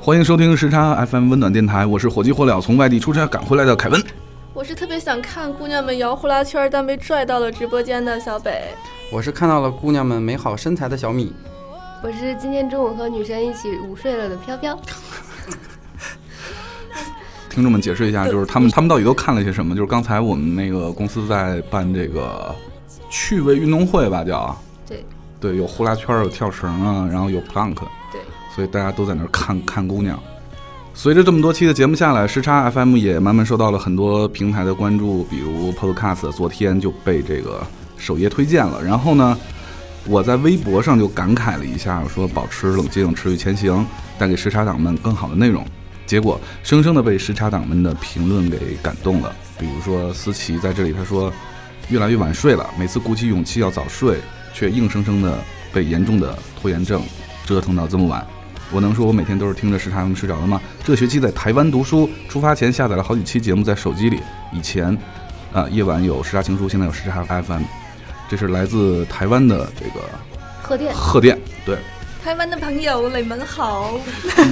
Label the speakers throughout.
Speaker 1: 欢迎收听时差 FM 温暖电台，我是火急火燎从外地出差赶回来的凯文。
Speaker 2: 我是特别想看姑娘们摇呼啦圈，但被拽到了直播间的小北。
Speaker 3: 我是看到了姑娘们美好身材的小米，
Speaker 4: 我是今天中午和女神一起午睡了的飘飘。
Speaker 1: 听众们解释一下，就是他们他们到底都看了些什么？就是刚才我们那个公司在办这个趣味运动会吧，叫
Speaker 4: 对
Speaker 1: 对，有呼啦圈，有跳绳啊，然后有 plank，
Speaker 4: 对，
Speaker 1: 所以大家都在那儿看看姑娘。随着这么多期的节目下来，时差 FM 也慢慢受到了很多平台的关注，比如 Podcast，昨天就被这个首页推荐了。然后呢，我在微博上就感慨了一下，说保持冷静，持续前行，带给时差党们更好的内容。结果生生的被时差党们的评论给感动了。比如说思琪在这里她说，越来越晚睡了，每次鼓起勇气要早睡，却硬生生的被严重的拖延症折腾到这么晚。我能说我每天都是听着时差 FM 睡着的吗？这学期在台湾读书，出发前下载了好几期节目在手机里。以前，啊、夜晚有时差情书，现在有时差 FM。这是来自台湾的这个
Speaker 4: 贺电，
Speaker 1: 贺电，对，
Speaker 2: 台湾的朋友，你们好。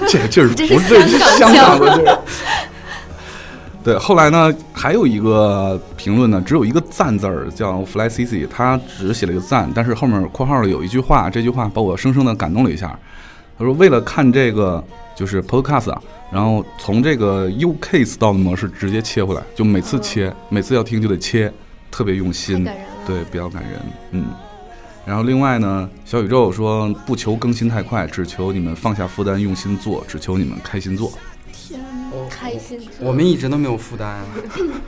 Speaker 1: 这这是
Speaker 4: 这是
Speaker 1: 不是这是香
Speaker 4: 香
Speaker 1: 港
Speaker 4: 港
Speaker 1: 的？这是对，后来呢，还有一个评论呢，只有一个赞字儿，叫 Fly CC，他只写了一个赞，但是后面括号里有一句话，这句话把我生生的感动了一下。他说，为了看这个就是 Podcast 啊，然后从这个 UK Style 模式直接切回来，就每次切，每次要听就得切，特别用
Speaker 4: 嗯太
Speaker 1: 心。
Speaker 4: 感人了。
Speaker 1: 对，比较感人，嗯。然后另外呢，小宇宙说不求更新太快，只求你们放下负担，用心做，只求你们开心做。
Speaker 2: 天，
Speaker 3: 我
Speaker 4: 开心做
Speaker 3: 我们一直都没有负 担，啊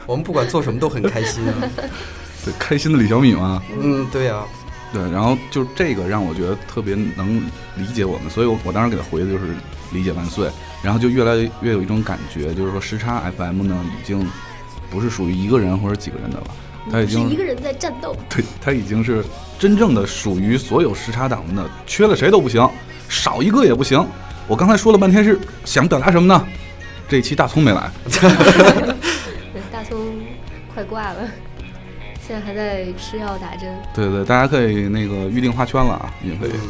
Speaker 3: 我们不管做什么都很开心。啊
Speaker 1: 对，开心的李小米嘛，
Speaker 3: 嗯，对 呀、
Speaker 1: 对。然后就这个让我觉得特别能理解我们，所以我我当时给他回的就是理解万岁。然后就越来越有一种感觉，就是说时差 FM 呢已经不是属于一个人或者几个人的了，它已
Speaker 4: 是
Speaker 1: 经
Speaker 4: 一个人在战斗，
Speaker 1: 对，它已经是真正的属于所有时差党们的，缺了谁都不行，少一个也不行。我刚才说了半天是想表达什么呢？这一期大葱没来，
Speaker 4: 对大葱快挂了，现在还在吃药打针。
Speaker 1: 对对，大家可以那个预定花圈了啊，免费
Speaker 3: 嗯。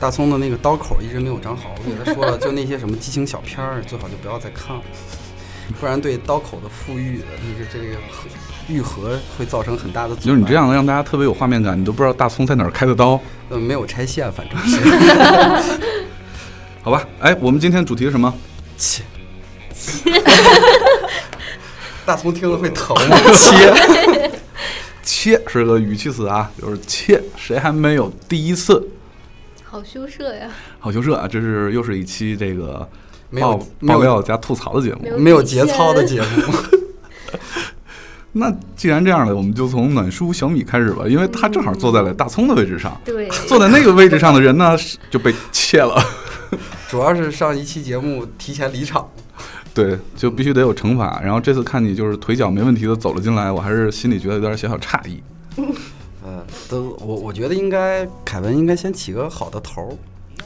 Speaker 3: 大葱的那个刀口一直没有长好，我给他说了，就那些什么激情小片儿，最好就不要再看了，不然对刀口的复愈，就是这个和愈合会造成很大的阻碍。
Speaker 1: 就是你这，样让大家特别有画面感，你都不知道大葱在哪儿开的刀，
Speaker 3: 嗯，没有拆线，反正是。
Speaker 1: 好吧？哎，我们今天主题是什么？
Speaker 3: 切，大葱听了会疼。 切，
Speaker 1: 切是个语气词啊，就是切，谁还没有第一次？
Speaker 4: 好羞涩呀！
Speaker 1: 好球社啊，这是又是一期这个
Speaker 3: 没有
Speaker 1: 爆
Speaker 3: 没
Speaker 1: 爆
Speaker 3: 有
Speaker 1: 料加吐槽的节目
Speaker 4: 没。有
Speaker 3: 没有节操的节目。
Speaker 1: 那既然这样了，我们就从暖叔小米开始吧，因为他正好坐在了大葱的位置上。
Speaker 4: 对，
Speaker 1: 坐在那个位置上的人呢，是就被切了。
Speaker 3: 主要是上一期节目提前离场，
Speaker 1: 对，就必须得有惩罚。然后这次看你就是腿脚没问题的走了进来，我还是心里觉得有点小小诧异。
Speaker 3: 嗯，都我我觉得应该凯文应该先起个好的头儿，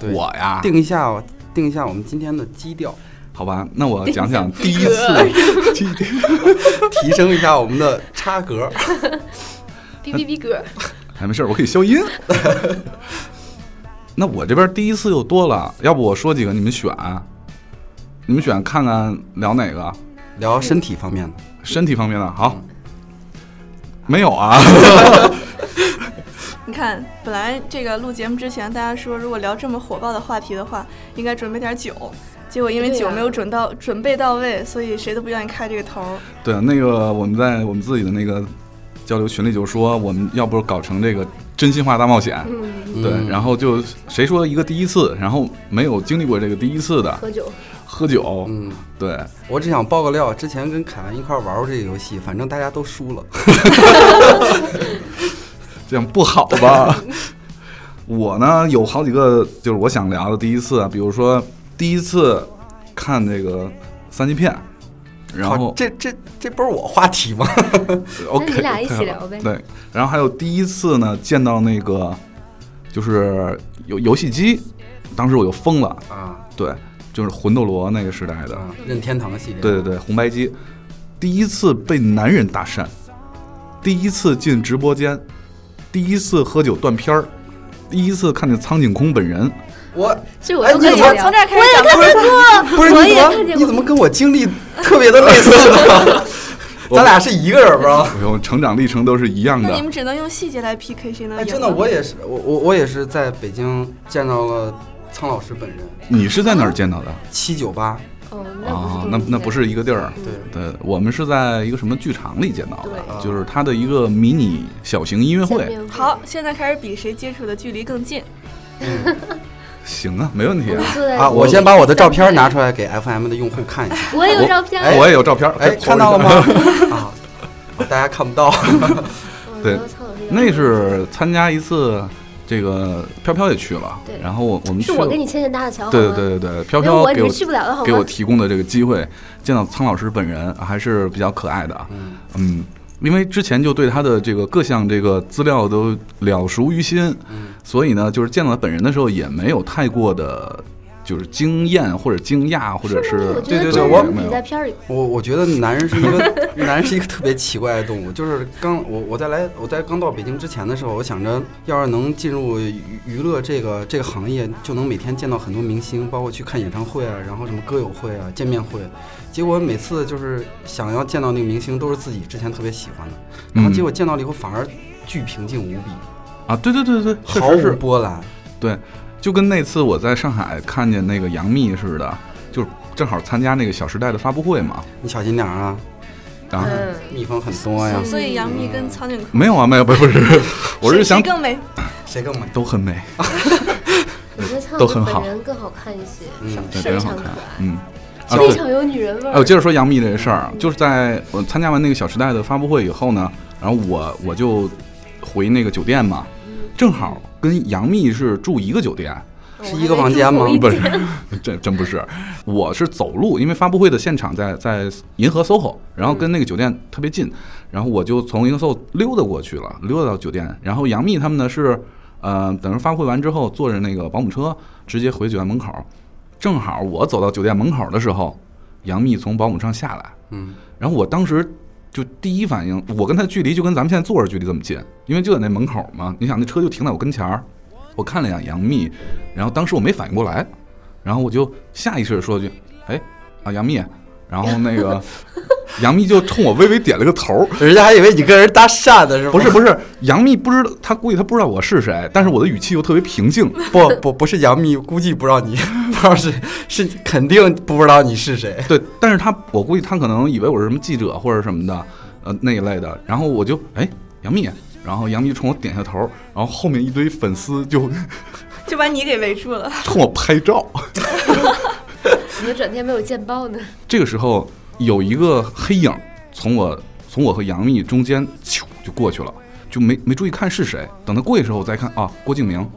Speaker 3: 对，啊
Speaker 1: 我呀，
Speaker 3: 定一下定一下我们今天的基 调，
Speaker 1: 好吧，那我讲讲第一次第一次
Speaker 3: 提升一下我们的差格。
Speaker 4: 哔哔哔哥，
Speaker 1: 哎，没事儿，我可以消音。 那我这边第一次又多了，要不我说几个，你们选，你们选看看聊哪个？
Speaker 3: 聊身体方面的，
Speaker 1: 身体方面的，好。没有啊，
Speaker 2: 你看，本来这个录节目之前，大家说如果聊这么火爆的话题的话，应该准备点酒。结果因为
Speaker 4: 对呀
Speaker 2: 酒没有准到、准备到位，所以谁都不愿意开这个头儿。
Speaker 1: 对，那个我们在我们自己的那个交流群里就说，我们要不搞成这个真心话大冒险，
Speaker 4: 嗯，
Speaker 1: 对，然
Speaker 3: 后
Speaker 1: 后就谁说一个第一次，然后没有经历过这个第一次的
Speaker 4: 喝酒，
Speaker 1: 喝酒，
Speaker 3: 嗯，
Speaker 1: 对，
Speaker 3: 我只想爆个料，之前跟凯文一块儿玩过这个游戏，反正大家都输了，
Speaker 1: 这样不好吧？ 我呢有好几个就是我想聊的第一次啊，比如说第一次看这个三级片，然后
Speaker 3: 靠这这这不是我话题吗？
Speaker 1: OK，
Speaker 4: 那你俩一起
Speaker 1: OK，
Speaker 4: 聊呗
Speaker 1: 对，然后还有第一次呢，见到那个就是游游戏机，当时我就疯了，
Speaker 3: 啊
Speaker 1: 对，就是魂斗罗那个时代的，
Speaker 3: 啊，任天堂系列，
Speaker 1: 对对对，红白机，第一次被男人搭讪，第一次进直播间，第一次喝酒断片儿，第一次看见苍井空本人，
Speaker 3: 我
Speaker 4: 其实我
Speaker 3: 哎
Speaker 4: 都
Speaker 3: 你
Speaker 4: 可以
Speaker 3: 怎么
Speaker 4: 聊
Speaker 2: 从这儿开始
Speaker 4: 我也
Speaker 2: 讲
Speaker 4: 看见过，
Speaker 3: 不是
Speaker 4: 我
Speaker 3: 你
Speaker 4: 也
Speaker 3: 怎
Speaker 4: 看
Speaker 3: 么
Speaker 4: 见
Speaker 3: 你
Speaker 4: 过，
Speaker 3: 怎么跟我经历特别的类似呢？咱俩是一个人吧？
Speaker 1: 哎呦，成长历程都是一样
Speaker 2: 那
Speaker 1: 的
Speaker 2: 你。们只能用细节来 PK，谁能
Speaker 3: 哎，
Speaker 2: 赢？
Speaker 3: 真的，我也是，我我我也是在北京见到了苍老师本人，
Speaker 1: 你是在哪儿见到的？
Speaker 3: 七九八，
Speaker 4: 哦，
Speaker 1: 啊，那
Speaker 4: 那不是
Speaker 1: 那不是一个地儿。
Speaker 3: 对，
Speaker 1: 对，我们是在一个什么剧场里见到的，
Speaker 4: 对
Speaker 1: 就是他的一个迷你小型音乐
Speaker 4: 见
Speaker 1: 会。
Speaker 4: 面会，
Speaker 2: 好，现在开始比谁接触的距离更近。
Speaker 1: 行啊，没问题
Speaker 4: 我
Speaker 1: 啊
Speaker 4: 们。坐在
Speaker 3: 啊，我先把我的照片拿出来给 FM 的用户看一下，
Speaker 4: 我有照片，
Speaker 1: 我也有照片儿，
Speaker 3: 哎，
Speaker 1: 可以
Speaker 3: 看到了
Speaker 1: po
Speaker 3: 吗
Speaker 1: 一下？
Speaker 3: 啊，大家看不到，
Speaker 4: 嗯
Speaker 1: 对
Speaker 4: 然后苍老师 有照片
Speaker 1: 那是参加一次，这个飘飘也去了
Speaker 4: 对，
Speaker 1: 然后我我们
Speaker 4: 是
Speaker 1: 去
Speaker 4: 我
Speaker 1: 了
Speaker 4: 跟你牵线搭的桥，
Speaker 1: 对
Speaker 4: 哦好吗
Speaker 1: 对对对，飘
Speaker 4: 因为
Speaker 1: 飘
Speaker 4: 我
Speaker 1: 给
Speaker 4: 只
Speaker 1: 我
Speaker 4: 是去不了了，好
Speaker 1: 给我
Speaker 4: 吗？
Speaker 1: 提供的这个机会，见到苍老师本人还是比较可爱的啊，
Speaker 3: 嗯，
Speaker 1: 嗯，因为之前就对他的这个各项这个资料都了熟于心，
Speaker 3: 嗯
Speaker 1: 所以呢，就是见到他本人的时候也没有太过的，就是惊艳或者惊讶，或者是
Speaker 4: 我
Speaker 3: 对
Speaker 4: 觉
Speaker 3: 对
Speaker 4: 得
Speaker 3: 对
Speaker 4: 真
Speaker 3: 我
Speaker 4: 人
Speaker 1: 没有
Speaker 4: 比在片儿里
Speaker 3: 我我觉得男人是一个男人是一个特别奇怪的动物，就是刚我我在来我在刚到北京之前的时候，我想着要是能进入娱娱乐这个这个行业，就能每天见到很多明星，包括去看演唱会啊，然后什么歌友会啊、见面会。结果每次就是想要见到那个明星，都是自己之前特别喜欢的，然后
Speaker 1: 嗯
Speaker 3: 结果见到了以后反而巨平静无比，
Speaker 1: 啊，对对对对，确
Speaker 3: 毫
Speaker 1: 实
Speaker 3: 无
Speaker 1: 是，
Speaker 3: 波澜。
Speaker 1: 对，就跟那次我在上海看见那个杨幂似的，就是正好参加那个《小时代》的发布会嘛，
Speaker 3: 你小心点儿啊，
Speaker 1: 啊。
Speaker 4: 嗯，
Speaker 3: 蜜蜂很多哎呀
Speaker 4: 嗯，
Speaker 2: 所以杨幂跟苍井空，
Speaker 1: 没有啊，没有，不是，不是，我是
Speaker 2: 谁
Speaker 1: 想
Speaker 2: 谁更美。
Speaker 3: 谁更美？
Speaker 1: 都很美，
Speaker 4: 哦我觉得苍
Speaker 1: 都
Speaker 4: 老师
Speaker 1: 很好
Speaker 4: 本人更好看一些，
Speaker 3: 嗯，
Speaker 1: 对，
Speaker 4: 非
Speaker 1: 本人好
Speaker 4: 常可
Speaker 1: 看
Speaker 4: 爱，
Speaker 1: 嗯，啊
Speaker 4: 非
Speaker 1: 对，
Speaker 4: 常有女人味
Speaker 1: 哎，我
Speaker 4: 儿。
Speaker 1: 接着说杨幂这个事儿，啊就是在我参加完那个《小时代》的发布会以后呢，然后我我就回那个酒店嘛，正好跟杨幂是住一个酒店，
Speaker 4: 我
Speaker 3: 是
Speaker 4: 还
Speaker 3: 一个
Speaker 4: 没
Speaker 3: 房
Speaker 4: 住
Speaker 3: 间
Speaker 4: 同
Speaker 3: 吗
Speaker 4: 一
Speaker 1: 不是， 真真不是，我是走路，因为发布会的现场在在银河 SOHO，然后跟那个酒店特别近，然后我就从银河 SOHO 溜达过去了，溜达到酒店。然后杨幂他们呢是，呃，等着发布会完之后，坐着那个保姆车直接回酒店门口。正好我走到酒店门口的时候，杨幂从保姆上下来，
Speaker 3: 嗯，
Speaker 1: 然后我当时就第一反应，我跟他距离就跟咱们现在坐着距离这么近，因为就在那门口嘛。你想那车就停在我跟前儿，我看了一眼杨幂，然后当时我没反应过来，然后我就下意识的说了句：“哎，啊杨幂。”然后那个杨幂就冲我微微点了个头儿，
Speaker 3: 人家还以为你跟人搭讪呢，是吗？
Speaker 1: 不是不是，杨幂不知道，她估计她不知道我是谁，但是我的语气又特别平静，
Speaker 3: 不不不是杨幂，估计不知道你， 不知道是是肯定不知道你是谁。
Speaker 1: 对，但是他我估计他可能以为我是什么记者或者什么的，呃那一类的。然后我就哎杨幂，然后杨幂冲我点下头，然后后面一堆粉丝就
Speaker 2: 就把你给围住了。
Speaker 1: 冲我拍照。
Speaker 4: 怎么转天没有见报呢？
Speaker 1: 这个时候有一个黑影从我从我和杨幂中间咻就过去了，就没没注意看是谁。等他过去的时候我再看啊，郭敬明。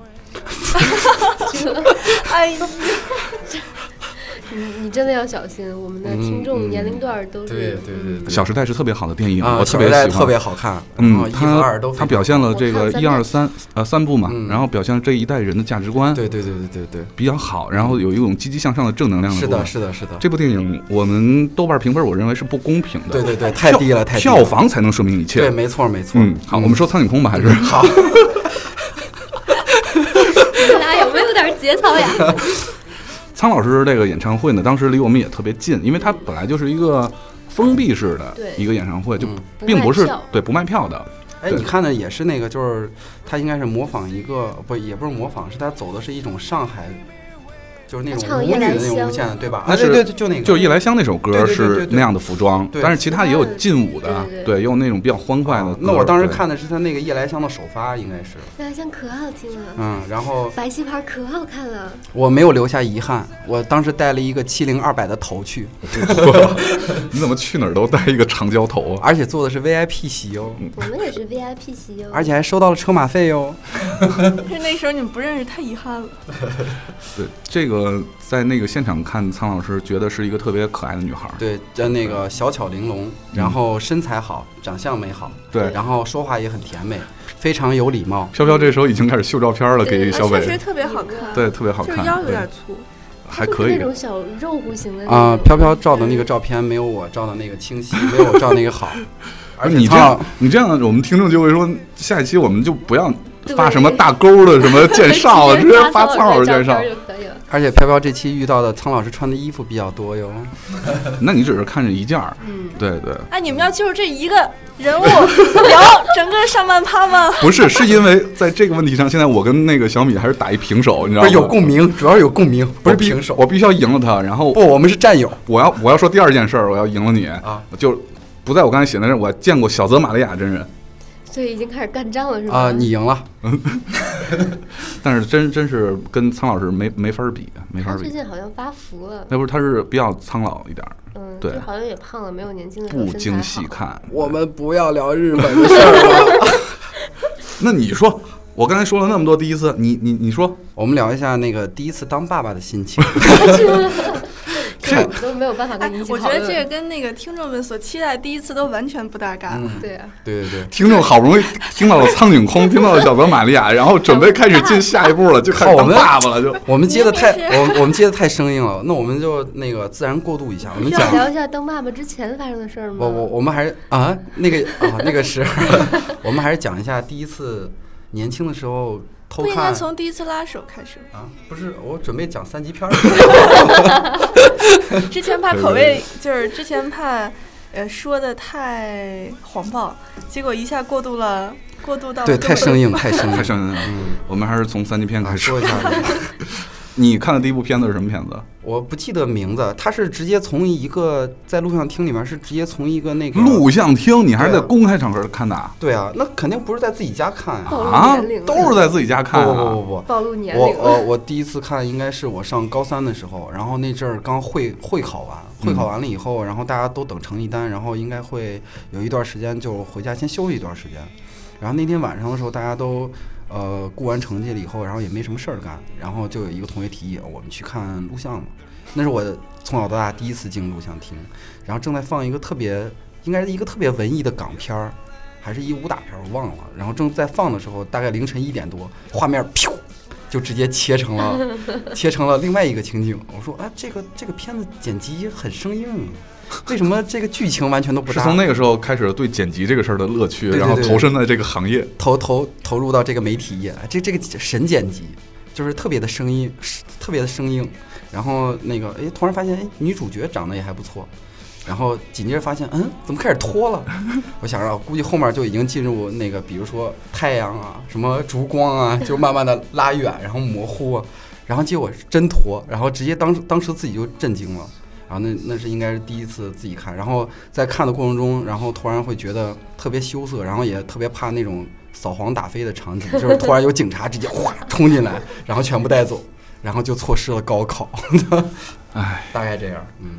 Speaker 2: 哎，
Speaker 4: 你你真的要小心，我们的听众
Speaker 3: 嗯嗯
Speaker 4: 年龄段儿都是嗯
Speaker 1: 《小时代》是特别好的电影，
Speaker 3: 啊，
Speaker 1: 我特
Speaker 3: 小
Speaker 1: 别
Speaker 3: 时代
Speaker 1: 喜欢。
Speaker 3: 特别好看，然后
Speaker 1: 嗯，
Speaker 3: 一和
Speaker 1: 他
Speaker 3: 二都非
Speaker 1: 他
Speaker 3: 常
Speaker 1: 表现了这
Speaker 4: 我
Speaker 1: 个
Speaker 4: 看三
Speaker 1: 一
Speaker 4: 部
Speaker 1: 二三呃三部嘛，
Speaker 3: 嗯
Speaker 1: 然后表现了这一代人的价值观，
Speaker 3: 对对对对对对，
Speaker 1: 比较好，然后有一种积极向上的正能量
Speaker 3: 是
Speaker 1: 部分
Speaker 3: 的是的是的，
Speaker 1: 这部电影我们豆瓣评分我认为是不公平的，
Speaker 3: 对对对，太低了太低了
Speaker 1: 票房才能说明一切。
Speaker 3: 对，没错没错。
Speaker 1: 嗯，好，我们说苍井空吧，还是
Speaker 3: 好，
Speaker 4: 你们俩有没有点节操呀？
Speaker 1: 苍老师这个演唱会呢，当时离我们也特别近，因为它本来就是一个封闭式的
Speaker 4: 对
Speaker 1: 一个演唱会，就
Speaker 3: 嗯
Speaker 1: 并不
Speaker 4: 不卖
Speaker 1: 是
Speaker 4: 票
Speaker 1: 对不卖票的。
Speaker 3: 哎，
Speaker 1: 对
Speaker 3: 你看的也是那个，就是他应该是模仿一个，不也不是模仿，是他走的是一种上海，就是那
Speaker 4: 他唱
Speaker 3: 种舞
Speaker 4: 的
Speaker 3: 女
Speaker 4: 夜来
Speaker 3: 的那种
Speaker 4: 香
Speaker 3: 路线，对吧？
Speaker 1: 那
Speaker 3: 啊，
Speaker 1: 是
Speaker 3: 对对，对就那个，
Speaker 1: 就是夜来香那首
Speaker 3: 对
Speaker 1: 歌
Speaker 3: 对对对
Speaker 1: 是
Speaker 3: 对
Speaker 1: 那样的服装，
Speaker 3: 对
Speaker 1: 但是其他也有劲舞的
Speaker 4: 对，对对
Speaker 1: 对，也有那种比较欢快的
Speaker 3: 啊
Speaker 1: 歌。
Speaker 3: 那我当时
Speaker 1: 对
Speaker 3: 看的是他那个夜来香的首发，应该是，
Speaker 4: 白香哎可好听了，
Speaker 3: 嗯，然后
Speaker 4: 白棋牌可好看了，
Speaker 3: 我没有留下遗憾，我当时戴了一个七零二百的头去，
Speaker 1: 你怎么去哪儿都戴一个长焦头啊？
Speaker 3: 而且坐的是 VIP 席哦，
Speaker 4: 我们也是 VIP 席哟。
Speaker 3: 而且还收到了车马费哦哟。
Speaker 2: 是那时候你们不认识，太遗憾了。
Speaker 1: 对，这个在那个现场看苍老师，觉得是一个特别可爱的女孩儿。
Speaker 3: 对，嗯叫那个小巧玲珑，然后身材好，长相美好，
Speaker 1: 对
Speaker 3: 然后说话也很甜美，非常有礼貌。
Speaker 1: 飘飘这时候已经开始秀照片了，给
Speaker 4: 对
Speaker 1: 小
Speaker 2: 哎确实
Speaker 1: 北，
Speaker 2: 特别好看，
Speaker 1: 对，特别好
Speaker 2: 就是
Speaker 1: 看，
Speaker 2: 腰有
Speaker 1: 对
Speaker 2: 点粗。
Speaker 1: 还
Speaker 4: 就是
Speaker 1: 可以
Speaker 4: 那。种小肉乎型的那
Speaker 3: 啊、
Speaker 4: 种
Speaker 3: 飘飘照的那个照片没有我照的那个清 晰，没有我照那个好。而且
Speaker 1: 你这
Speaker 3: 苍老
Speaker 1: 样，你这样，我们听众就会说，下一期我们就不要
Speaker 4: 对
Speaker 1: 发什么大钩的什么剑 哨，直接发苍老师
Speaker 4: 照
Speaker 1: 剑哨
Speaker 4: 片。就可以了。
Speaker 3: 而且飘飘这期遇到的苍老师穿的衣服比较多哟，
Speaker 1: 那你只是看着一件儿，
Speaker 4: 嗯，
Speaker 1: 对对，
Speaker 2: 哎，你们要就是这一个 人物聊整个上半趴吗？
Speaker 1: 不是，是因为在这个问题上，现在我跟那个小米还是打一平手，你知道
Speaker 3: 不
Speaker 1: 吗？
Speaker 3: 是哎有共鸣，主要有共鸣，不
Speaker 1: 我
Speaker 3: 是
Speaker 1: 必
Speaker 3: 平手。
Speaker 1: 我必须要赢了他。然后
Speaker 3: 不，我们是战友
Speaker 1: 我要我要说第二件事儿，我要赢了你，
Speaker 3: 啊
Speaker 1: 就不在我刚才写的那儿，我见过小泽玛利亚真人，
Speaker 4: 所以已经开始干仗了是吗？
Speaker 3: 啊！你赢了，
Speaker 1: 但是真真是跟苍老师没没法儿比，没法
Speaker 4: 他
Speaker 1: 儿
Speaker 4: 最
Speaker 1: 比。
Speaker 4: 近好像发福了，
Speaker 1: 那不是他是比较苍老一点儿，
Speaker 4: 嗯，
Speaker 1: 对
Speaker 4: 就好像也胖了，没有年轻的时候
Speaker 1: 不
Speaker 4: 身材
Speaker 1: 经细
Speaker 4: 好。
Speaker 1: 看。
Speaker 3: 我们不要聊日本的事儿了，
Speaker 1: 那你说，我刚才说了那么多第一次，你你你说
Speaker 3: 我们聊一下那个第一次当爸爸的心情。
Speaker 4: 这我都没有办法
Speaker 2: 哎
Speaker 4: 跟你一，起
Speaker 2: 我觉
Speaker 4: 讨论。
Speaker 2: 得这个跟那个听众们所期待第一次都完全不搭嘎。
Speaker 3: 嗯，
Speaker 4: 对啊，
Speaker 3: 对对对，
Speaker 1: 听众好不容易听到了苍井空，听到了小泽玛利亚，然后准备开始进下一步了，就开始
Speaker 3: 好嗯
Speaker 1: 当
Speaker 3: 我们
Speaker 1: 爸爸了，就
Speaker 3: 我们接的太
Speaker 2: 你
Speaker 3: 我我们接的太生硬了，那我们就那个自然过渡一下，我们
Speaker 4: 是要
Speaker 3: 讲。
Speaker 4: 聊一下当爸爸之前发生的事儿吗？
Speaker 3: 我我我们还是啊，那个啊，那个是， 我们还是讲一下第一次年轻的时候偷
Speaker 2: 不应该
Speaker 3: 看
Speaker 2: 从第一次拉手开 始吗，
Speaker 3: 啊，不是，我准备讲三级片儿。
Speaker 2: 之前怕
Speaker 1: 对
Speaker 2: 口
Speaker 1: 对对
Speaker 2: 味就是之前怕呃说的太黄暴，结果一下过渡了，过渡到
Speaker 3: 对，太生硬，太生
Speaker 1: 太
Speaker 3: 硬。
Speaker 1: 伤心了。我们还是从三级片
Speaker 3: 嗯啊
Speaker 1: 开始
Speaker 3: 说。一下这个，
Speaker 1: 你看的第一部片子是什么片子？
Speaker 3: 我不记得名字，他是直接从一个在录像厅里面，是直接从一个那个
Speaker 1: 录像厅，你还是在
Speaker 3: 对啊
Speaker 1: 公开场合看的啊？
Speaker 3: 对啊，那肯定不是在自己家看啊，
Speaker 4: 暴露
Speaker 1: 啊
Speaker 4: 年龄，了
Speaker 1: 都是在自己家看
Speaker 3: 不
Speaker 1: 啊
Speaker 3: 不不。不不。
Speaker 4: 暴露年
Speaker 3: 我
Speaker 4: 龄了。
Speaker 3: 呃，我第一次看应该是我上高三的时候，然后那阵儿刚会会考完，会考完了以后，然后大家都等成绩单，然后应该会有一段时间就回家先休息一段时间。然后那天晚上的时候，大家都呃顾完成绩了以后，然后也没什么事儿干，然后就有一个同学提议我们去看录像吧。那是我从小到大第一次进录像厅，然后正在放一个特别，应该是一个特别文艺的港片儿，还是一武打片儿，我忘了。然后正在放的时候，大概凌晨一点多，画面噗就直接切成了切成了另外一个情景。我说啊，这个这个片子剪辑很生硬啊，为什么这个剧情完全都不
Speaker 1: 是
Speaker 3: 搭？
Speaker 1: 从那个时候开始对剪辑这个事儿的乐趣，
Speaker 3: 对对
Speaker 1: 然后
Speaker 3: 对
Speaker 1: 投身在这个行业。
Speaker 3: 投投投入到这个媒体业，哎这这个神剪辑就是特别的生硬，特别的生硬。然后那个哎，突然发现哎，女主角长得也还不错。然后紧接着发现，嗯，怎么开始脱了？我想着，估计后面就已经进入那个，比如说太阳啊，什么烛光啊，就慢慢的拉远，然后模糊啊，然后结果是真脱，然后直接当时当时自己就震惊了。然后那那是应该是第一次自己看，然后在看的过程中，然后突然会觉得特别羞涩，然后也特别怕那种扫黄打非的场景，就是突然有警察直接哗冲进来，然后全部带走，然后就错失了高考，
Speaker 1: 唉，
Speaker 3: 大概这样。嗯，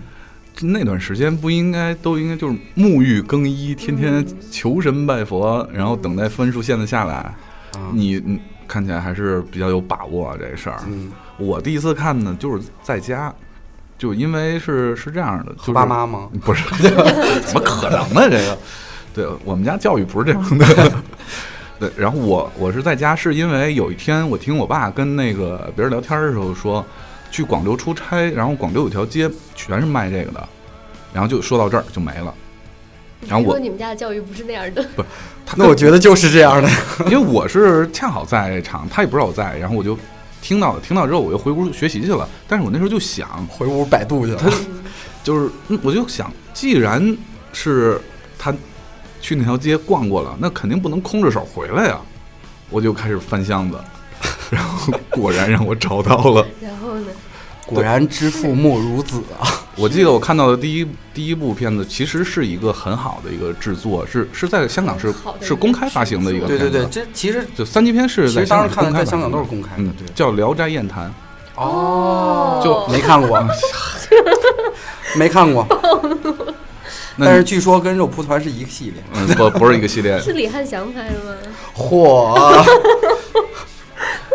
Speaker 1: 那段时间不应该都应该就是沐浴更衣，天天
Speaker 3: 嗯
Speaker 1: 求神拜佛，然后等待分数线的下来。
Speaker 3: 啊，
Speaker 1: 你你看起来还是比较有把握啊，这事儿。
Speaker 3: 嗯，
Speaker 1: 我第一次看呢，就是在家，就因为是是这样的，就是
Speaker 3: 和爸 妈吗？
Speaker 1: 不是，怎么可能呢？这个，对我们家教育不是这样 的。对，然后我我是在家，是因为有一天我听我爸跟那个别人聊天的时候说，去广州出差，然后广州有条街全是卖这个的，然后就说到这儿就没了。然后
Speaker 4: 听
Speaker 1: 我
Speaker 4: 说你们家的教育不是那样的，
Speaker 1: 他
Speaker 3: 那我觉得就是这样的。
Speaker 1: 因为我是恰好在场，他也不知道我在，然后我就听到了，听到之后我就回屋学习去了。但是我那时候就想，
Speaker 3: 回屋百度去了。
Speaker 1: 就是嗯我就想，既然是他去那条街逛过了，那肯定不能空着手回来呀、我就开始翻箱子， 然后果然让我找到了。
Speaker 4: 然后呢？
Speaker 3: 果然知父莫如子啊！
Speaker 1: 我记得我看到的第一第一部片子，其实是一个很好的一个制作，是是在香港是
Speaker 4: 很好的一个
Speaker 1: 是公开发行的一个
Speaker 3: 对
Speaker 1: 片子。
Speaker 3: 对对，这其实
Speaker 1: 就三级片是
Speaker 3: 其
Speaker 1: 在
Speaker 3: 实
Speaker 1: 香
Speaker 3: 当
Speaker 1: 港
Speaker 3: 时看的在
Speaker 1: 公开
Speaker 3: 香港都是
Speaker 1: 发行
Speaker 3: 公开的
Speaker 1: 嗯，，
Speaker 3: 对。
Speaker 1: 叫《聊斋艳谭》。
Speaker 3: 哦，
Speaker 1: 就
Speaker 3: 没看过，没看过。
Speaker 1: 那
Speaker 3: 但是
Speaker 1: 你
Speaker 3: 据说跟肉蒲团是一个系列。
Speaker 1: 嗯，不不是一个系列，
Speaker 4: 是李汉祥拍的吗？
Speaker 3: 嚯，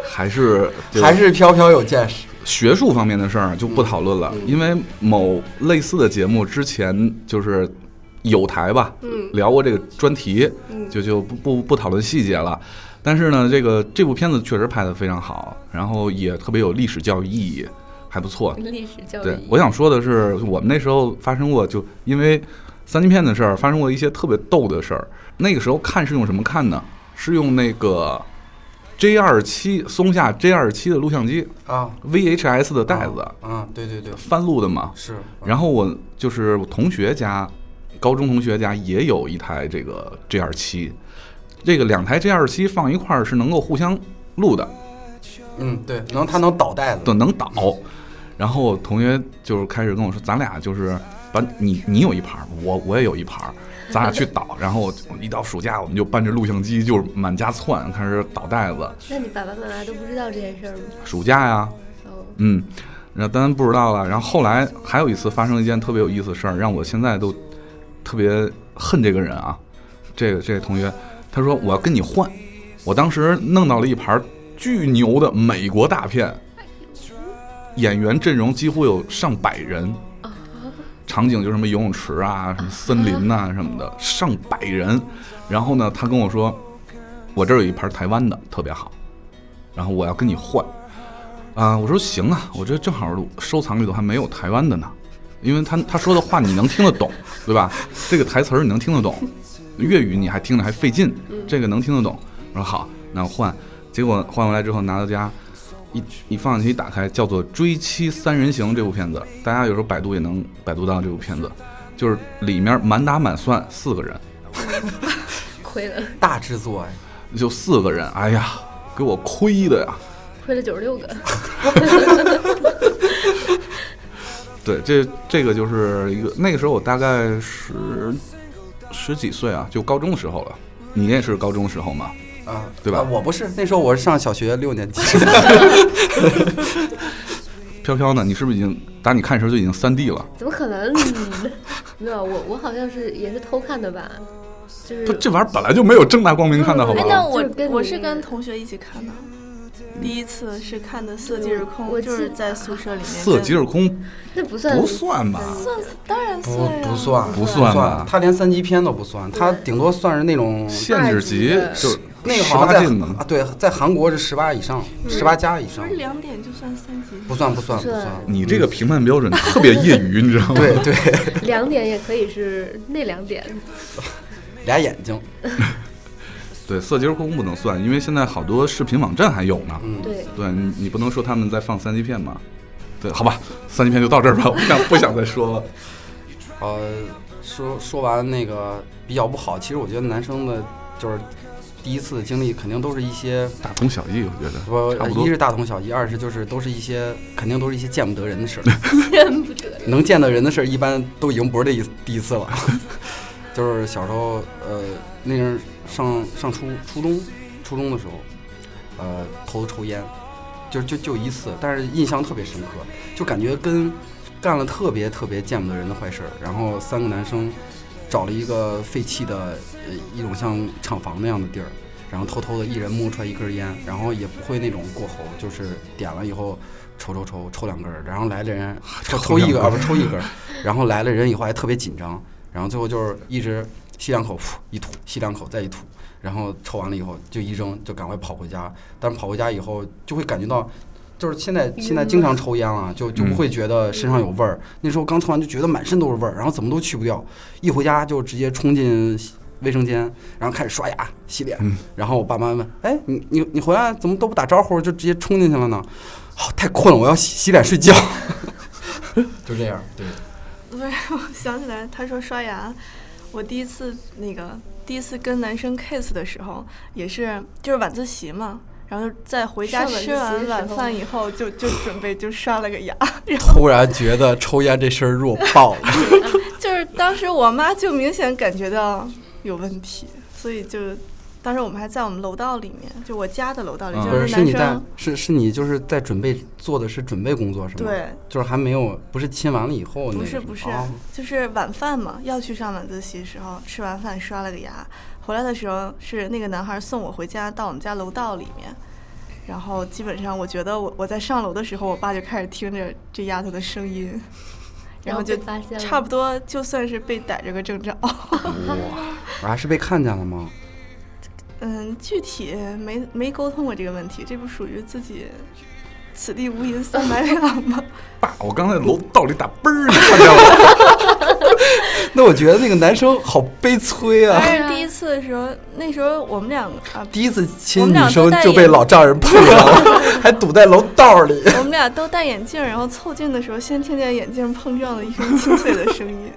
Speaker 1: 还是就
Speaker 3: 还是飘飘有见识。
Speaker 1: 学术方面的事儿就不讨论了，
Speaker 4: 嗯
Speaker 1: 因为某类似的节目之前就是有台吧，
Speaker 4: 嗯
Speaker 1: 聊过这个专题，
Speaker 4: 嗯
Speaker 1: 就就不不不讨论细节了。但是呢，这个这部片子确实拍得非常好，然后也特别有历史教育意义，还不错。
Speaker 4: 历史教育。
Speaker 1: 对，我想说的是，我们那时候发生过，就因为三级片的事儿，发生过一些特别逗的事儿。那个时候看是用什么看呢？是用那个 J 二七松下 J 二七的录像机
Speaker 3: 啊，
Speaker 1: ，VHS 的袋子，
Speaker 3: 啊，对对对，
Speaker 1: 翻录的嘛。
Speaker 3: 是。
Speaker 1: 然后我就是我同学家，高中同学家也有一台这个 J 二七，这个两台 J 二七放一块儿是能够互相录的，
Speaker 3: 嗯，对，能它能导带
Speaker 1: 都
Speaker 3: 子，
Speaker 1: 能导。然后我同学就是开始跟我说，咱俩就是把你你有一盘儿，我我也有一盘儿，咱俩去导。然后一到暑假，我们就搬着录像机就是满家窜，开始导带子。
Speaker 4: 那你爸爸妈妈都不知道这件事儿吗？
Speaker 1: 暑假呀，
Speaker 4: 哦，
Speaker 1: 嗯，那当然不知道了。然后后来还有一次发生一件特别有意思的事儿，让我现在都特别恨这个人啊。这个这个同学，他说我要跟你换，我当时弄到了一盘巨牛的美国大片，演员阵容几乎有上百人，场景就是什么游泳池啊、什么森林呐、什么的，上百人。然后呢，他跟我说，我这儿有一盘台湾的特别好，然后我要跟你换。啊，我说行啊，我这正好收藏里头还没有台湾的呢，因为他他说的话你能听得懂，对吧？这个台词儿你能听得懂，粤语你还听着还费劲，这个能听得懂。我说好，那我换。结果换回来之后拿到家，一一放进去一打开，叫做《追妻三人行》这部片子，大家有时候百度也能百度到这部片子，就是里面满打满算四个人，
Speaker 4: 亏了，
Speaker 3: 大制作哎，
Speaker 1: 就四个人，哎呀，给我亏的呀！
Speaker 4: 亏了九十六个。
Speaker 1: 对，这这个就是一个那个时候我大概十十几岁啊，就高中的时候了。你也是高中的时候嘛？
Speaker 3: 啊，
Speaker 1: 对吧
Speaker 3: 啊我不是，那时候我是上小学六年级，
Speaker 1: 飘飘呢？你是不是已经打你看时候就已经三 D 了？
Speaker 4: 怎么可能？没有，我我好像是也是偷看的吧，就是
Speaker 1: 不，这玩意儿本来就没有正大光明看的好
Speaker 4: 哎
Speaker 1: 不
Speaker 2: 哎，
Speaker 1: 好
Speaker 2: 但？
Speaker 4: 就
Speaker 2: 我
Speaker 4: 是跟
Speaker 2: 我
Speaker 4: 你
Speaker 2: 是跟同学一起看的，第一次是看的《色即是空
Speaker 4: 我》，
Speaker 2: 就是
Speaker 4: 记得
Speaker 2: 在宿舍里面跟。
Speaker 1: 色即是空
Speaker 4: 那不算
Speaker 1: 不算吧？
Speaker 2: 算当然
Speaker 3: 不
Speaker 2: 呀
Speaker 3: 不算
Speaker 1: 不
Speaker 3: 不
Speaker 1: 算
Speaker 3: 算，
Speaker 1: 吧？
Speaker 3: 它连三级片都不算，它顶多算是那种
Speaker 1: 限制级
Speaker 4: 二级
Speaker 1: 就是
Speaker 3: 那个
Speaker 1: 十
Speaker 3: 好像
Speaker 1: 八
Speaker 3: 在
Speaker 1: 禁的
Speaker 3: 啊，对，在韩国是十八以上，十八加以
Speaker 2: 不
Speaker 3: 上
Speaker 2: 是，两点就算三级吗？
Speaker 3: 不算不算不
Speaker 4: 是
Speaker 3: 算。
Speaker 1: 你这个评判标准特别业余，你知道吗？
Speaker 3: 对 对，
Speaker 4: 两点也可以是那两点，
Speaker 3: 俩眼睛，
Speaker 1: 对，色即是空不能算，因为现在好多视频网站还有呢。
Speaker 3: 嗯，
Speaker 4: 对，
Speaker 1: 对你，你不能说他们在放三级片嘛？对，好吧，三级片就到这儿吧，我不想不想再说了。
Speaker 3: 呃，说说完那个比较不好，其实我觉得男生的就是第一次的经历，肯定都是一些
Speaker 1: 大同小异，我觉得
Speaker 3: 不
Speaker 1: 差不，多
Speaker 3: 一是大同小异，二是就是都是一些肯定都是一些见不得人的事儿，
Speaker 4: 认不得。
Speaker 3: 能见得人的事儿一般都已经不是这一第一次了。 就是小时候，呃，那阵儿上上初初中，初中的时候，呃，偷抽烟，就就就一次，但是印象特别深刻，就感觉跟干了特别特别见不得人的坏事儿。然后三个男生找了一个废弃的呃一种像厂房那样的地儿，然后偷偷的一人摸出来一根烟，然后也不会那种过喉，就是点了以后抽抽抽抽两根儿，然后来的人抽
Speaker 1: 抽
Speaker 3: 抽一 根
Speaker 1: 两
Speaker 3: 儿啊
Speaker 1: 根
Speaker 3: 不抽一根儿，然后来了人以后还特别紧张，然后最后就是一直吸两口，噗一吐，吸两口再一吐，然后抽完了以后就一扔，就赶快跑回家。但是跑回家以后就会感觉到，就是现在现在经常抽烟了，就就不会觉得身上有味儿。那时候刚抽完就觉得满身都是味儿，然后怎么都去不掉，一回家就直接冲进洗卫生间，然后开始刷牙洗脸。然后我爸妈问：“哎，你你你回来怎么都不打招呼就直接冲进去了呢？”好、太困了，我要洗洗脸睡觉。 就这样，对，
Speaker 2: 不是，我想起来，他说刷牙，我第一次那个第一次跟男生 kiss 的时候，也是就是晚自习嘛，然后在回家
Speaker 4: 上晚自
Speaker 2: 吃
Speaker 4: 习的
Speaker 2: 完
Speaker 4: 时
Speaker 2: 晚
Speaker 4: 候
Speaker 2: 饭以后， 就就准备就刷了个牙，然后
Speaker 3: 突然觉得抽烟这事儿弱爆了。
Speaker 2: 就是当时我妈就明显感觉到有问题，所以就当时我们还在我们楼道里面，就我家的楼道里，
Speaker 1: 嗯
Speaker 2: 就
Speaker 3: 不是，是
Speaker 2: 男
Speaker 3: 你在
Speaker 2: 生，
Speaker 3: 是是你就是在准备做的是准备工作是吗？
Speaker 2: 对，
Speaker 3: 就是还没有，不是亲完了以后
Speaker 2: 不
Speaker 3: 那个
Speaker 2: 是
Speaker 3: 什么
Speaker 2: 不是
Speaker 3: 哦，
Speaker 2: 就是晚饭嘛，要去上晚自习的时候，吃完饭刷了个牙，回来的时候是那个男孩送我回家，到我们家楼道里面，然后基本上我觉得我我在上楼的时候，我爸就开始听着这丫头的声音，然后就
Speaker 4: 被发现了
Speaker 2: 差不多就算是被逮着个正着，
Speaker 3: 啊是被看见了吗？
Speaker 2: 嗯，具体没没沟通过这个问题，这不属于自己此地 无银三百两吗？
Speaker 1: 爸，我刚才楼道里打嘣儿，你看见了？
Speaker 3: 那我觉得那个男生好悲催啊！
Speaker 2: 但是 第一次的时候，那时候我们两个啊，
Speaker 3: 第一次亲
Speaker 2: 我们
Speaker 3: 女
Speaker 2: 俩
Speaker 3: 生
Speaker 2: 都戴
Speaker 3: 就被
Speaker 2: 眼
Speaker 3: 老丈人碰了，还堵在楼道里。
Speaker 2: 我们俩都戴眼镜，然后凑近的时候，先听见眼镜碰撞的一声清脆的声 音。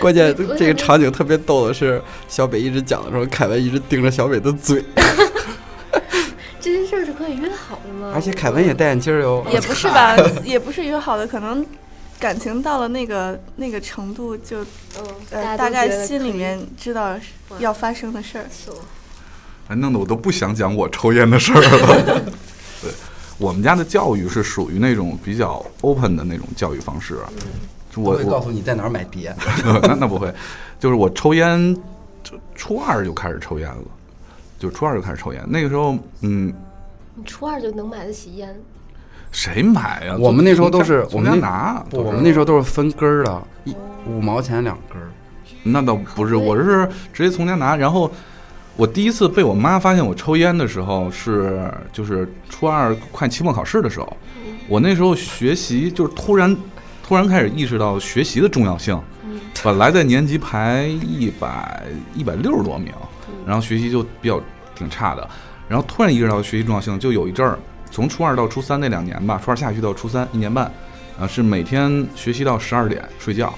Speaker 3: 关键
Speaker 4: 我
Speaker 3: 这个
Speaker 4: 想
Speaker 3: 场景特别逗的是，小北一直讲的时候，凯文一直盯着小北的嘴，
Speaker 4: 这件事儿是可以约好的吗？嗯
Speaker 3: 而且凯文也戴眼镜儿哟。
Speaker 2: 也不是 吧，也不是约好的，可能感情到了那个那个程度就，
Speaker 4: 嗯，
Speaker 2: 呃
Speaker 4: 大
Speaker 2: 大
Speaker 4: 家都
Speaker 2: 概
Speaker 4: 觉得
Speaker 2: 心里
Speaker 4: 可以
Speaker 2: 面知道是
Speaker 4: 哇
Speaker 2: 要发生的事儿。
Speaker 4: 是吗
Speaker 1: 哎，弄得我都不想讲我抽烟的事儿了。 对，我们家的教育是属于那种比较 open 的那种教育方式啊。就
Speaker 3: 我
Speaker 1: 我
Speaker 3: 会告
Speaker 1: 我
Speaker 3: 诉你在哪儿买碟。
Speaker 1: 那那不会，就是我抽烟，就初二就开始抽烟了，就初二就开始抽烟。那个时候，嗯，
Speaker 4: 你初二就能买得起烟，
Speaker 1: 谁买呀、
Speaker 3: 我们那时候都是
Speaker 1: 从
Speaker 3: 我
Speaker 1: 家从家
Speaker 3: 们那
Speaker 1: 拿，
Speaker 3: 不，我们那时候都是分根儿的，一五毛钱两根儿。
Speaker 1: 那倒不是，我是直接从家拿。然后我第一次被我妈发现我抽烟的时候是，就是初二快期末考试的时候，我那时候学习就是突然突然开始意识到学习的重要性。本来在年级排一百一百六十多名，然后学习就比较挺差的，然后突然意识到学习重要性，就有一阵儿，从初二到初三那两年吧，初二下学期到初三一年半，啊是每天学习到十二点睡觉，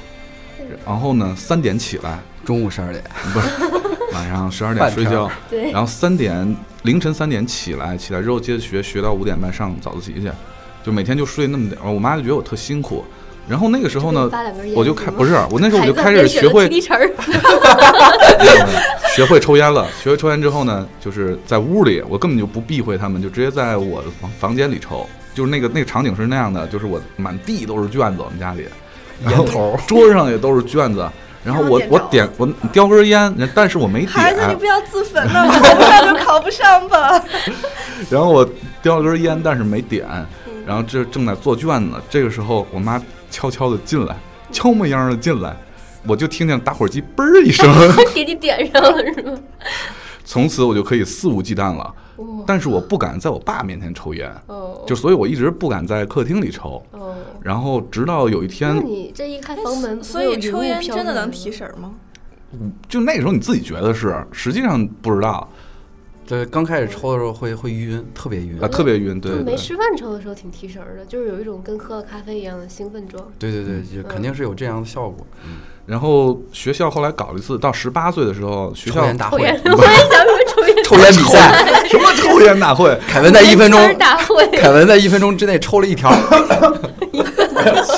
Speaker 1: 然后呢三点起来，
Speaker 3: 中午十二点，
Speaker 1: 不是 晚上十二点
Speaker 3: 半
Speaker 1: 睡
Speaker 3: 天
Speaker 1: 觉
Speaker 3: 儿，
Speaker 4: 对
Speaker 1: 然后三点凌晨三点起来，起来之后接着学，学到五点半上早自习去，就每天就睡那么点儿。我妈就觉得我特辛苦。然后那个时候
Speaker 4: 就给
Speaker 1: 呢
Speaker 4: 你发两根，烟
Speaker 1: 我就
Speaker 4: 行
Speaker 1: 开
Speaker 4: 吗
Speaker 1: 不是我那时候我
Speaker 4: 孩
Speaker 1: 就
Speaker 4: 子
Speaker 1: 开始
Speaker 4: 边选
Speaker 1: 学
Speaker 4: 择
Speaker 1: 会
Speaker 4: 提提成儿，
Speaker 1: 学会抽烟了。学会抽烟之后呢，就是在屋里，我根本就不避讳他们，就直接在我房房间里抽。就是那个那个场景是那样的，就是我满地都是卷子，我们家里，然后
Speaker 3: 烟头儿
Speaker 1: 桌上也都是卷子，然后我
Speaker 2: 然后
Speaker 1: 我
Speaker 2: 点
Speaker 1: 点我叼根烟，但是我没
Speaker 2: 孩子，你
Speaker 1: 点
Speaker 2: 不，要自焚 了，考不上就考不上吧。
Speaker 1: 然后我叼了根烟，但是没点，
Speaker 4: 嗯
Speaker 1: 然后这正在做卷子，这个时候我妈悄悄的进来，悄么样的进来，我就听见打火机嘣儿一声。
Speaker 4: 给你点上了是 吗？哦
Speaker 1: 从此我就可以肆无忌惮了
Speaker 4: 哇。
Speaker 1: 但是我不敢在我爸面前抽烟，
Speaker 4: 哦，
Speaker 1: 就所以我一直不敢在客厅里抽。
Speaker 4: 哦，
Speaker 1: 然后直到有一
Speaker 4: 那
Speaker 1: 天，
Speaker 4: 你这一开房门，
Speaker 2: 哎所
Speaker 4: 不
Speaker 2: 以
Speaker 4: 会有
Speaker 2: 抽
Speaker 4: 云雾
Speaker 2: 烟真
Speaker 4: 飘
Speaker 2: 的
Speaker 4: 进来
Speaker 2: 能
Speaker 4: 吗
Speaker 2: 提神吗？
Speaker 1: 就那时候你自己觉得是，实际上不知道，
Speaker 3: 对，刚开始抽的时候会会晕，特别晕
Speaker 1: 啊，。特别晕，对
Speaker 4: 就
Speaker 1: 对
Speaker 4: 嗯没
Speaker 1: 对。
Speaker 4: 吃饭抽的时候挺提神儿的，就是有一种跟喝了咖啡一样的兴奋状。
Speaker 3: 对对对，就肯定是有这样的效果。
Speaker 1: 然后学校后来搞了一次，到十八岁的时候，学
Speaker 3: 抽
Speaker 1: 校
Speaker 3: 烟大
Speaker 4: 抽
Speaker 3: 会
Speaker 4: 烟，， 我也想说抽烟，
Speaker 3: 抽烟比赛，
Speaker 1: 什么抽烟大会，
Speaker 3: 凯文在一分钟，
Speaker 4: 烟圈大会，
Speaker 3: 凯文在一分钟之内抽了 一条，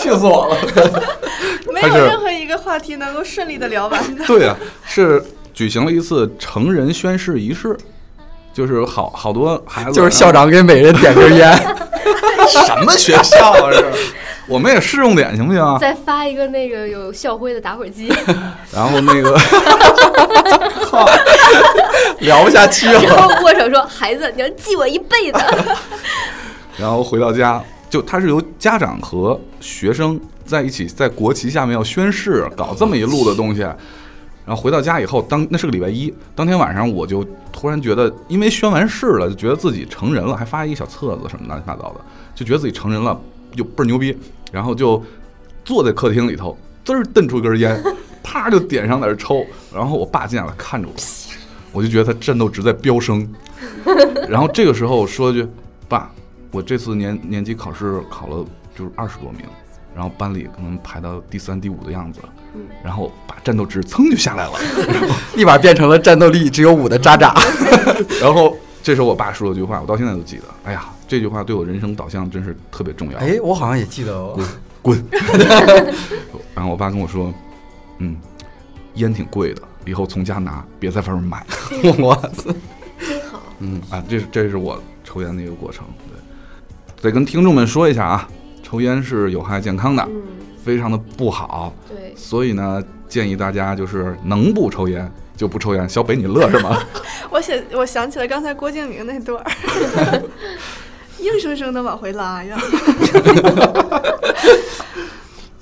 Speaker 1: 气死我了。
Speaker 2: 没
Speaker 1: 还
Speaker 2: 有
Speaker 1: 是
Speaker 2: 任何一个话题能够顺利的聊完的。
Speaker 1: 对啊，是举行了一次成人宣誓仪式，就是好好多孩子啊
Speaker 3: 就是校长给每人点根烟。
Speaker 1: 什么学校啊？这是， 我们也试用点行不行啊？
Speaker 4: 再发一个那个有校徽的打火机，
Speaker 1: 然后那个。
Speaker 3: 聊不下去了。
Speaker 4: 然后握手说：“孩子，你要记我一辈子。
Speaker 1: 然后回到家，就他是由家长和学生在一起，在国旗下面要宣誓，搞这么一路的东西。然后回到家以后，当那是个礼拜一，当天晚上我就突然觉得，因为宣完誓了，就觉得自己成人了，还发一个小册子什么乱七八糟的，就觉得自己成人了，就倍儿牛逼。然后就坐在客厅里头，滋儿瞪出一根烟， 啪就点上在这抽。然后我爸进来了，看着我，我就觉得他战斗值在飙升。然后这个时候我说一句：“爸，我这次年年级考试考了就是二十多名，然后班里可能排到第三、第五的样子。”然后把战斗值噌就下来了。
Speaker 3: 立马变成了战斗力只有五的渣渣。
Speaker 1: 然后这时候我爸说了句话，我到现在都记得。哎呀，这句话对我人生导向真是特别重要。
Speaker 3: 哎，我好像也记得哦，
Speaker 1: 滚！然后我爸跟我说：“嗯，烟挺贵的，以后从家拿，别在外面买。”
Speaker 3: 我 操，”
Speaker 4: 真好，
Speaker 1: 嗯啊，这是这是我抽烟的一个过程。对，得跟听众们说一下啊，抽烟是有害健康的，
Speaker 4: 嗯，
Speaker 1: 非常的不好。
Speaker 4: 对，
Speaker 1: 所以呢，建议大家就是能不抽烟就不抽烟。小北，你乐是吗？
Speaker 2: 我写，我想起了刚才郭敬明那段儿， 硬生生的往回拉呀。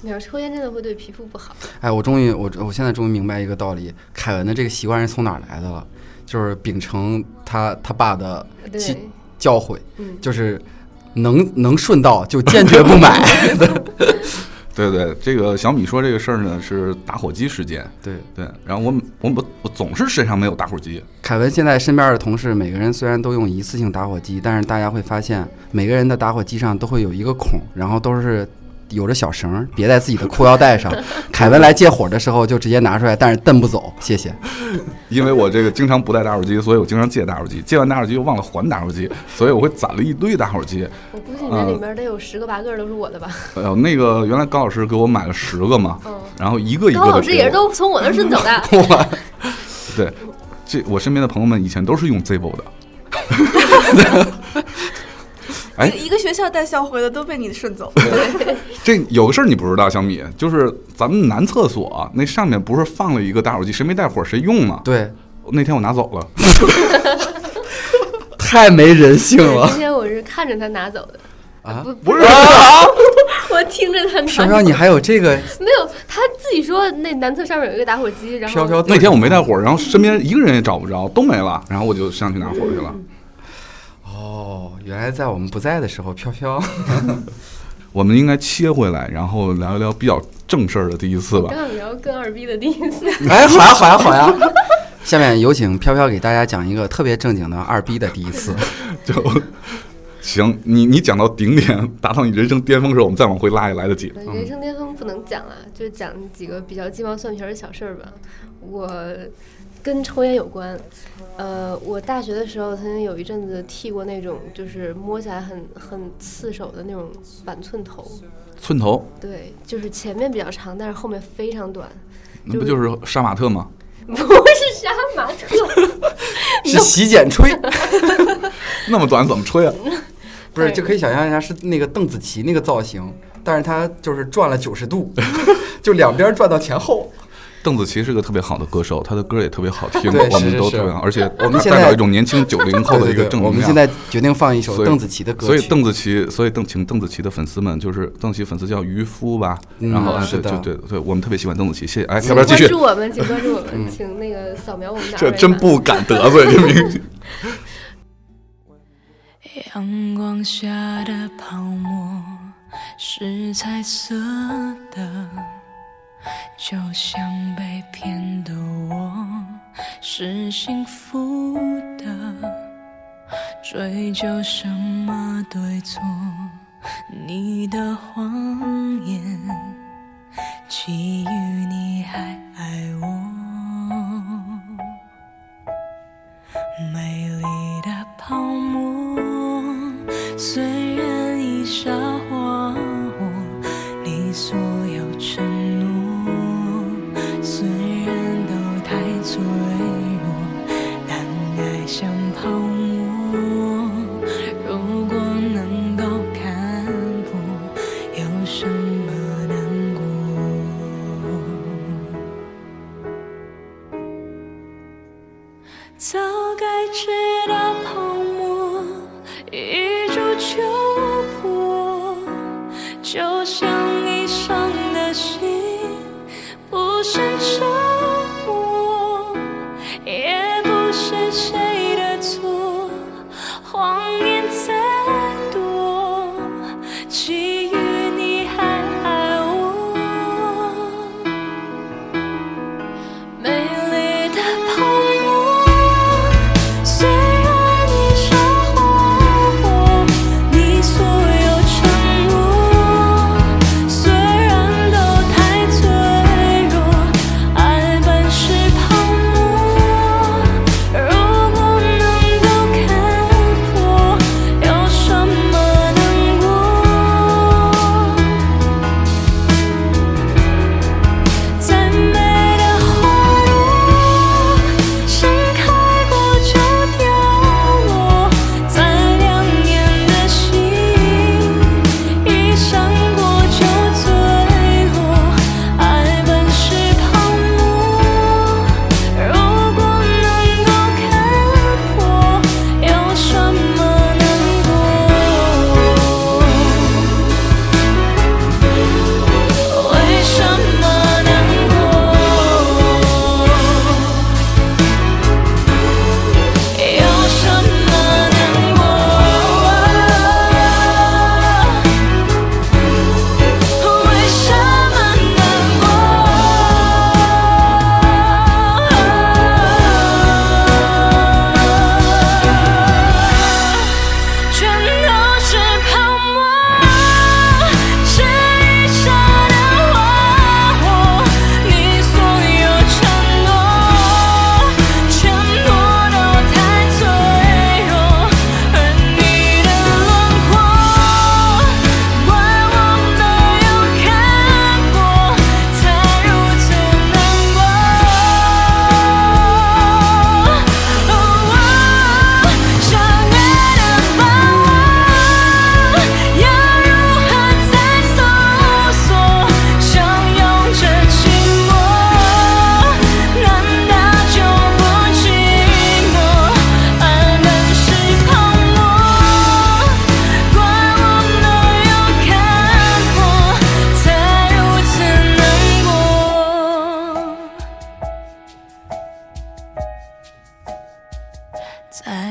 Speaker 4: 你要抽烟真的会对皮肤不好。
Speaker 3: 哎，我终于，我我现在终于明白一个道理，凯文的这个习惯是从哪儿来的了，就是秉承他他爸的
Speaker 4: 对
Speaker 3: 教教诲，
Speaker 4: 嗯
Speaker 3: 就是能能顺道就坚决不买。
Speaker 1: 对对，这个小米说这个事儿呢是打火机事件，
Speaker 3: 对，
Speaker 1: 对，然后我我我我总是身上没有打火机，
Speaker 3: 凯文现在身边的同事每个人虽然都用一次性打火机，但是大家会发现每个人的打火机上都会有一个孔，然后都是有着小绳儿别在自己的裤腰带上。凯文来借火的时候就直接拿出来，但是蹬不走，谢谢。
Speaker 1: 因为我这个经常不带打火机，所以我经常借打火机，借完打火机又忘了还打火机，所以我会攒了一堆打火机。
Speaker 4: 我估计你那里面得有十个八个都是我的吧？
Speaker 1: 呃，那个原来高老师给我买了十个嘛，
Speaker 4: 嗯，
Speaker 1: 然后一个一个
Speaker 4: 高
Speaker 1: 的。
Speaker 4: 老师也是都从我那儿顺走的。
Speaker 1: 对，这我身边的朋友们以前都是用 Zippo 的，哎
Speaker 2: 一个一个学校带校徽的都被你顺走，
Speaker 1: 这有个事儿你不知道，小米，就是咱们男厕所、啊那上面不是放了一个打火机，谁没带火谁用嘛？
Speaker 3: 对，
Speaker 1: 那天我拿走了，
Speaker 3: 太没人性了
Speaker 4: 今天我是看着他拿走的，
Speaker 3: 啊！
Speaker 4: 不
Speaker 1: 不是，
Speaker 4: 我听着他拿走
Speaker 3: 飘飘，你还有这个
Speaker 4: 没有，他自己说那男厕上面有一个打火机，然后
Speaker 3: 飘飘
Speaker 1: 那天我没带火，然后身边一个人也找不着，都没了，然后我就上去拿火去了。
Speaker 3: 哦，原来在我们不在的时候，飘飘
Speaker 1: 我们应该切回来，然后聊一聊比较正事儿的第一次吧
Speaker 4: 刚。想聊跟二逼的第一次，
Speaker 3: 哎，好呀，好呀，好呀。下面有请飘飘给大家讲一个特别正经的二逼的第一次。
Speaker 1: 就行，你你讲到顶点，达到你人生巅峰的时候，我们再往回拉也来得及。
Speaker 4: 人生巅峰不能讲啊，就讲几个比较鸡毛蒜皮儿的小事儿吧。我跟抽烟有关，呃，我大学的时候曾经有一阵子剃过那种就是摸起来很很刺手的那种板寸头，
Speaker 1: 寸头，
Speaker 4: 对，就是前面比较长，但是后面非常短，
Speaker 1: 那不就是杀马特 吗？
Speaker 4: 不是杀马特，
Speaker 3: 是洗剪吹，
Speaker 1: 那么短怎么吹啊？
Speaker 3: 不是
Speaker 4: 对
Speaker 3: 就可以想象一下是那个邓紫棋那个造型，但是她就是转了九十度， 就两边转到前后。
Speaker 1: 邓紫棋是个特别好的歌手，她的歌也特别好听，
Speaker 3: 对是
Speaker 1: 我们都
Speaker 3: 是
Speaker 1: 特别好，而且
Speaker 3: 我们
Speaker 1: 她
Speaker 3: 现
Speaker 1: 代表
Speaker 3: 在
Speaker 1: 一种年轻九零后的一个
Speaker 3: 对对
Speaker 1: 正能量。
Speaker 3: 对我们现在决定放一首
Speaker 1: 所以
Speaker 3: 邓紫棋的歌
Speaker 1: 所以
Speaker 3: 曲。
Speaker 1: 邓紫棋，所以邓请邓紫棋的粉丝们，就是邓紫棋粉丝叫渔夫吧，
Speaker 3: 嗯
Speaker 1: 然后哎
Speaker 3: 是
Speaker 1: 对
Speaker 3: 的嗯
Speaker 1: 对对对，我们特别喜欢邓紫棋，谢谢。哎， 要不
Speaker 4: 请
Speaker 1: 要
Speaker 4: 关
Speaker 1: 继续？嗯
Speaker 4: 注我们，请关注我们，请那个扫描我们的
Speaker 1: 这
Speaker 4: 二维
Speaker 1: 真
Speaker 4: 码
Speaker 1: 不敢得罪这 名。
Speaker 5: 阳光下的泡沫是彩色的，就像被骗的我是幸福的，追究什么对错？你的谎言，基于你还爱我。美丽的泡沫，虽然已沙化我，你所有承诺，虽然都太脆弱，但爱像泡沫，如果能够看破，有什么难过？早该知道泡沫一触就破，就像你伤的心不是折磨，也不是谁的错，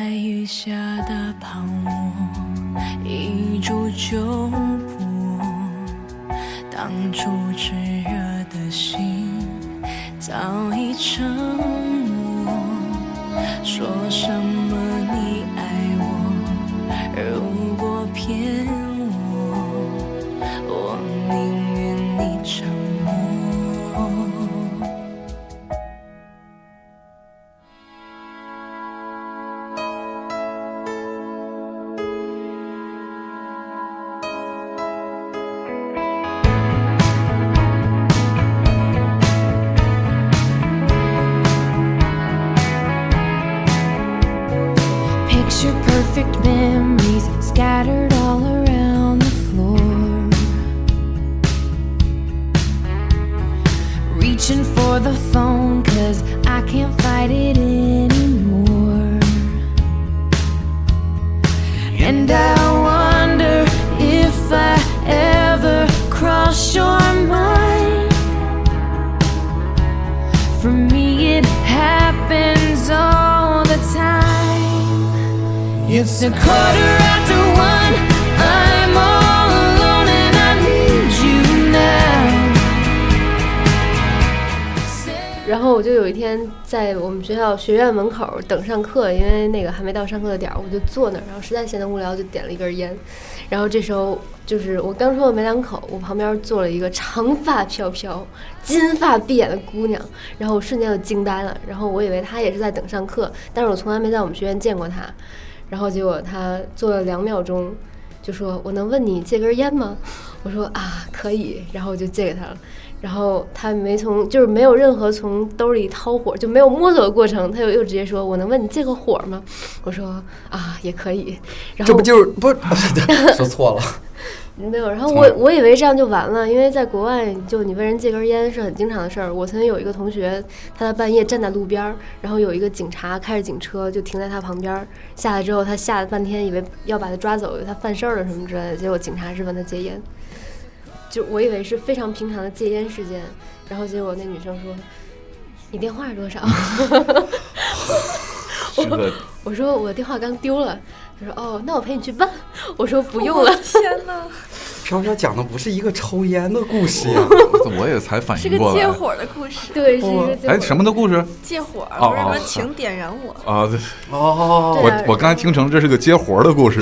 Speaker 5: 雨下的泡沫，一触就破。当初炽热的心早已沉默，说什么你爱我，如果骗我，我宁愿你沉默。
Speaker 6: Picture perfect memories scattered all around the floor. Reaching for the phone, cause I can't fight it anymore. And I wonder if I ever cross your mind. For me, it happens all the time. It's a quarter after one. I'm all alone and I need you now. Say-
Speaker 4: 然后我就有一天在我们学校学院门口等上课，因为那个还没到上课的点儿，我就坐那儿，然后实在闲得无聊，就点了一根烟。然后这时候就是我刚说了没两口，我旁边坐了一个长发飘飘、金发碧眼的姑娘，然后我瞬间就惊呆了。然后我以为她也是在等上课，但是我从来没在我们学院见过她。然后结果她坐了两秒钟，就说：“我能问你借根烟吗？”我说：“啊，可以。”然后我就借给她了。然后他没从，就是没有任何从兜里掏火，就没有摸索的过程，他就又直接说：“我能问你借个火吗？”我说：“啊，也可以。”然后
Speaker 3: 这不就是不 说错了？
Speaker 4: 没有，然后
Speaker 3: 从
Speaker 4: 我
Speaker 3: 来
Speaker 4: 我以为这样就完了，因为在国外，就你问人借根烟是很经常的事儿。我曾经有一个同学，他在半夜站在路边儿，然后有一个警察开着警车就停在他旁边儿，下来之后他吓了半天，以为要把他抓走，以为他犯事儿了什么之类的，结果警察是问他戒烟，就我以为是非常平常的戒烟事件，然后结果那女生说：“你电话是多少？”
Speaker 1: 这个
Speaker 4: 我说：“我电话刚丢了。”他说：“哦，那我陪你去办。” 我说：“不用了。”
Speaker 2: 天哪，
Speaker 3: 飘飘讲的不是一个抽烟的故 事呀，
Speaker 1: 我也才反
Speaker 2: 是
Speaker 1: 应
Speaker 2: 个
Speaker 1: 过
Speaker 2: 借
Speaker 1: 来。
Speaker 2: 火的故事，
Speaker 4: 对，是一个结
Speaker 1: 哎，
Speaker 4: 果
Speaker 1: 什么的故事
Speaker 2: 借火
Speaker 1: 哦
Speaker 2: 不是什么
Speaker 1: 哦
Speaker 2: 请点燃我，
Speaker 1: 啊？对
Speaker 3: 哦，
Speaker 4: 对啊
Speaker 1: 我我刚才听成这是个接活儿的 故事，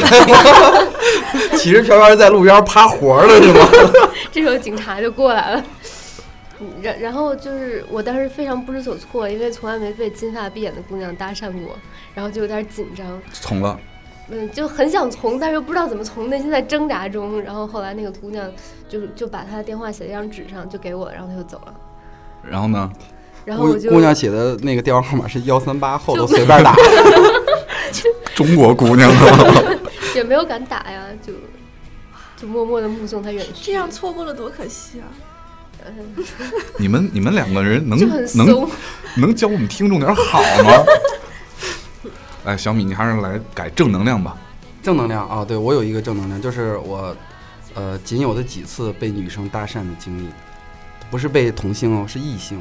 Speaker 3: 其实飘飘是在路边趴活儿了是吗？
Speaker 4: 这时候警察就过来了。 嗯然然后就是我当时非常不知所措，因为从来没被金发碧眼的姑娘搭讪过，然后就有点紧张，
Speaker 1: 从了。
Speaker 4: 嗯，就很想从，但是又不知道怎么从，内心在挣扎中。然后后来那个姑娘就就把她的电话写在一张纸上，就给我，然后她就走了。
Speaker 1: 然后呢？
Speaker 4: 然后
Speaker 3: 姑
Speaker 4: 我就
Speaker 3: 姑娘写的那个电话号码是幺三八，后头随便打。
Speaker 1: 中国姑娘啊，
Speaker 4: 也没有敢打呀，就就默默的目送她远去。
Speaker 2: 这样错过了多可惜啊！
Speaker 4: 嗯
Speaker 1: 你们你们两个人能
Speaker 4: 就很
Speaker 1: 嗯能
Speaker 4: 怂，
Speaker 1: 能教我们听众点好吗？ 哎，小米，你还是来改正能量吧。
Speaker 3: 正能量啊，对我有一个正能量，就是我，呃，仅有的几次被女生搭讪的经历，不是被同性哦，是异性。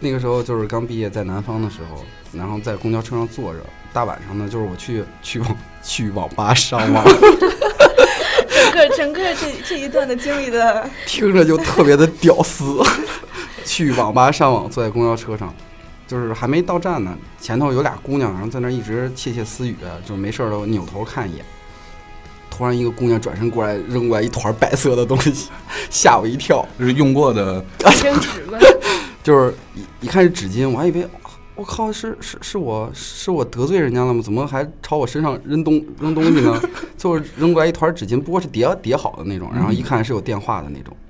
Speaker 3: 那个时候就是刚毕业，在南方的时候，然后在公交车上坐着，大晚上呢，就是我去去网去网吧上网，
Speaker 2: 整个整个这这一段的经历的，
Speaker 3: 听着就特别的屌丝。 去网吧上网，坐在公交车上，就是还没到站呢，前头有俩姑娘，然后在那儿一直窃窃私语，就是没事儿了扭头看一眼。突然一个姑娘转身过来，扔过来一团白色的东西， 吓我一跳。
Speaker 1: 就是用过的，
Speaker 4: 卫生纸嘛，
Speaker 3: 就是一一看是纸巾，我还以为我靠是是是我是我得罪人家了吗？怎么还朝我身上扔东扔东西呢？ 就是扔过来一团纸巾，不过是叠叠好的那种，然后一看是有电话的那种。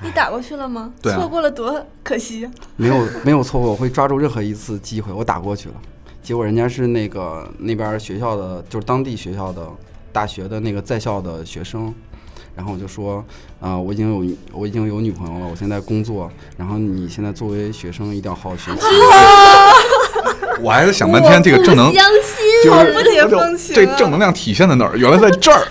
Speaker 2: 你打过去了吗？
Speaker 1: 对啊
Speaker 2: 错过了多可惜啊！
Speaker 3: 没有 没有错过，我会抓住任何一次机会。我打过去了，结果人家是那个那边学校的，就是当地学校的大学的那个在校的学生。然后我就说，啊、我已经有我已经有女朋友了，我现在工作。然后你现在作为学生，一定要好好学习。
Speaker 1: 我还是想半天这个正能，
Speaker 4: 相信
Speaker 1: 就是
Speaker 2: 不解风情啊
Speaker 1: 这正能量体现在哪儿？原来在这儿，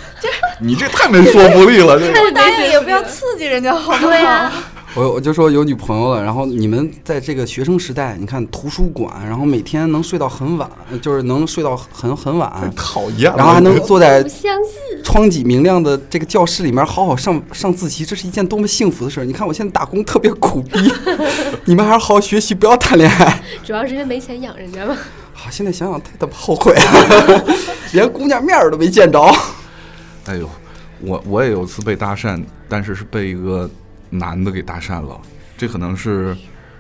Speaker 1: 你这太没说服力了。这个
Speaker 4: 太
Speaker 2: 答应
Speaker 4: 没学
Speaker 2: 也
Speaker 4: 识
Speaker 2: 不要
Speaker 4: 了
Speaker 2: 刺激人家好不好？
Speaker 4: 对呀、
Speaker 3: 我我就说有女朋友了，然后你们在这个学生时代，你看图书馆，然后每天能睡到很晚，就是能睡到很很晚，
Speaker 1: 讨厌了
Speaker 3: 然后还能坐在
Speaker 4: 不相信。
Speaker 3: 窗几明亮的这个教室里面好好上上自习，这是一件多么幸福的事儿！你看我现在打工特别苦逼， 你们还是好好学习，不要谈恋爱。
Speaker 4: 主要是因为没钱养人家吧。
Speaker 3: 啊，现在想想太他妈后悔 了，连姑娘面儿都没见着。
Speaker 1: 哎呦，我我也有次被搭讪，但是是被一个男的给搭讪了。这可能是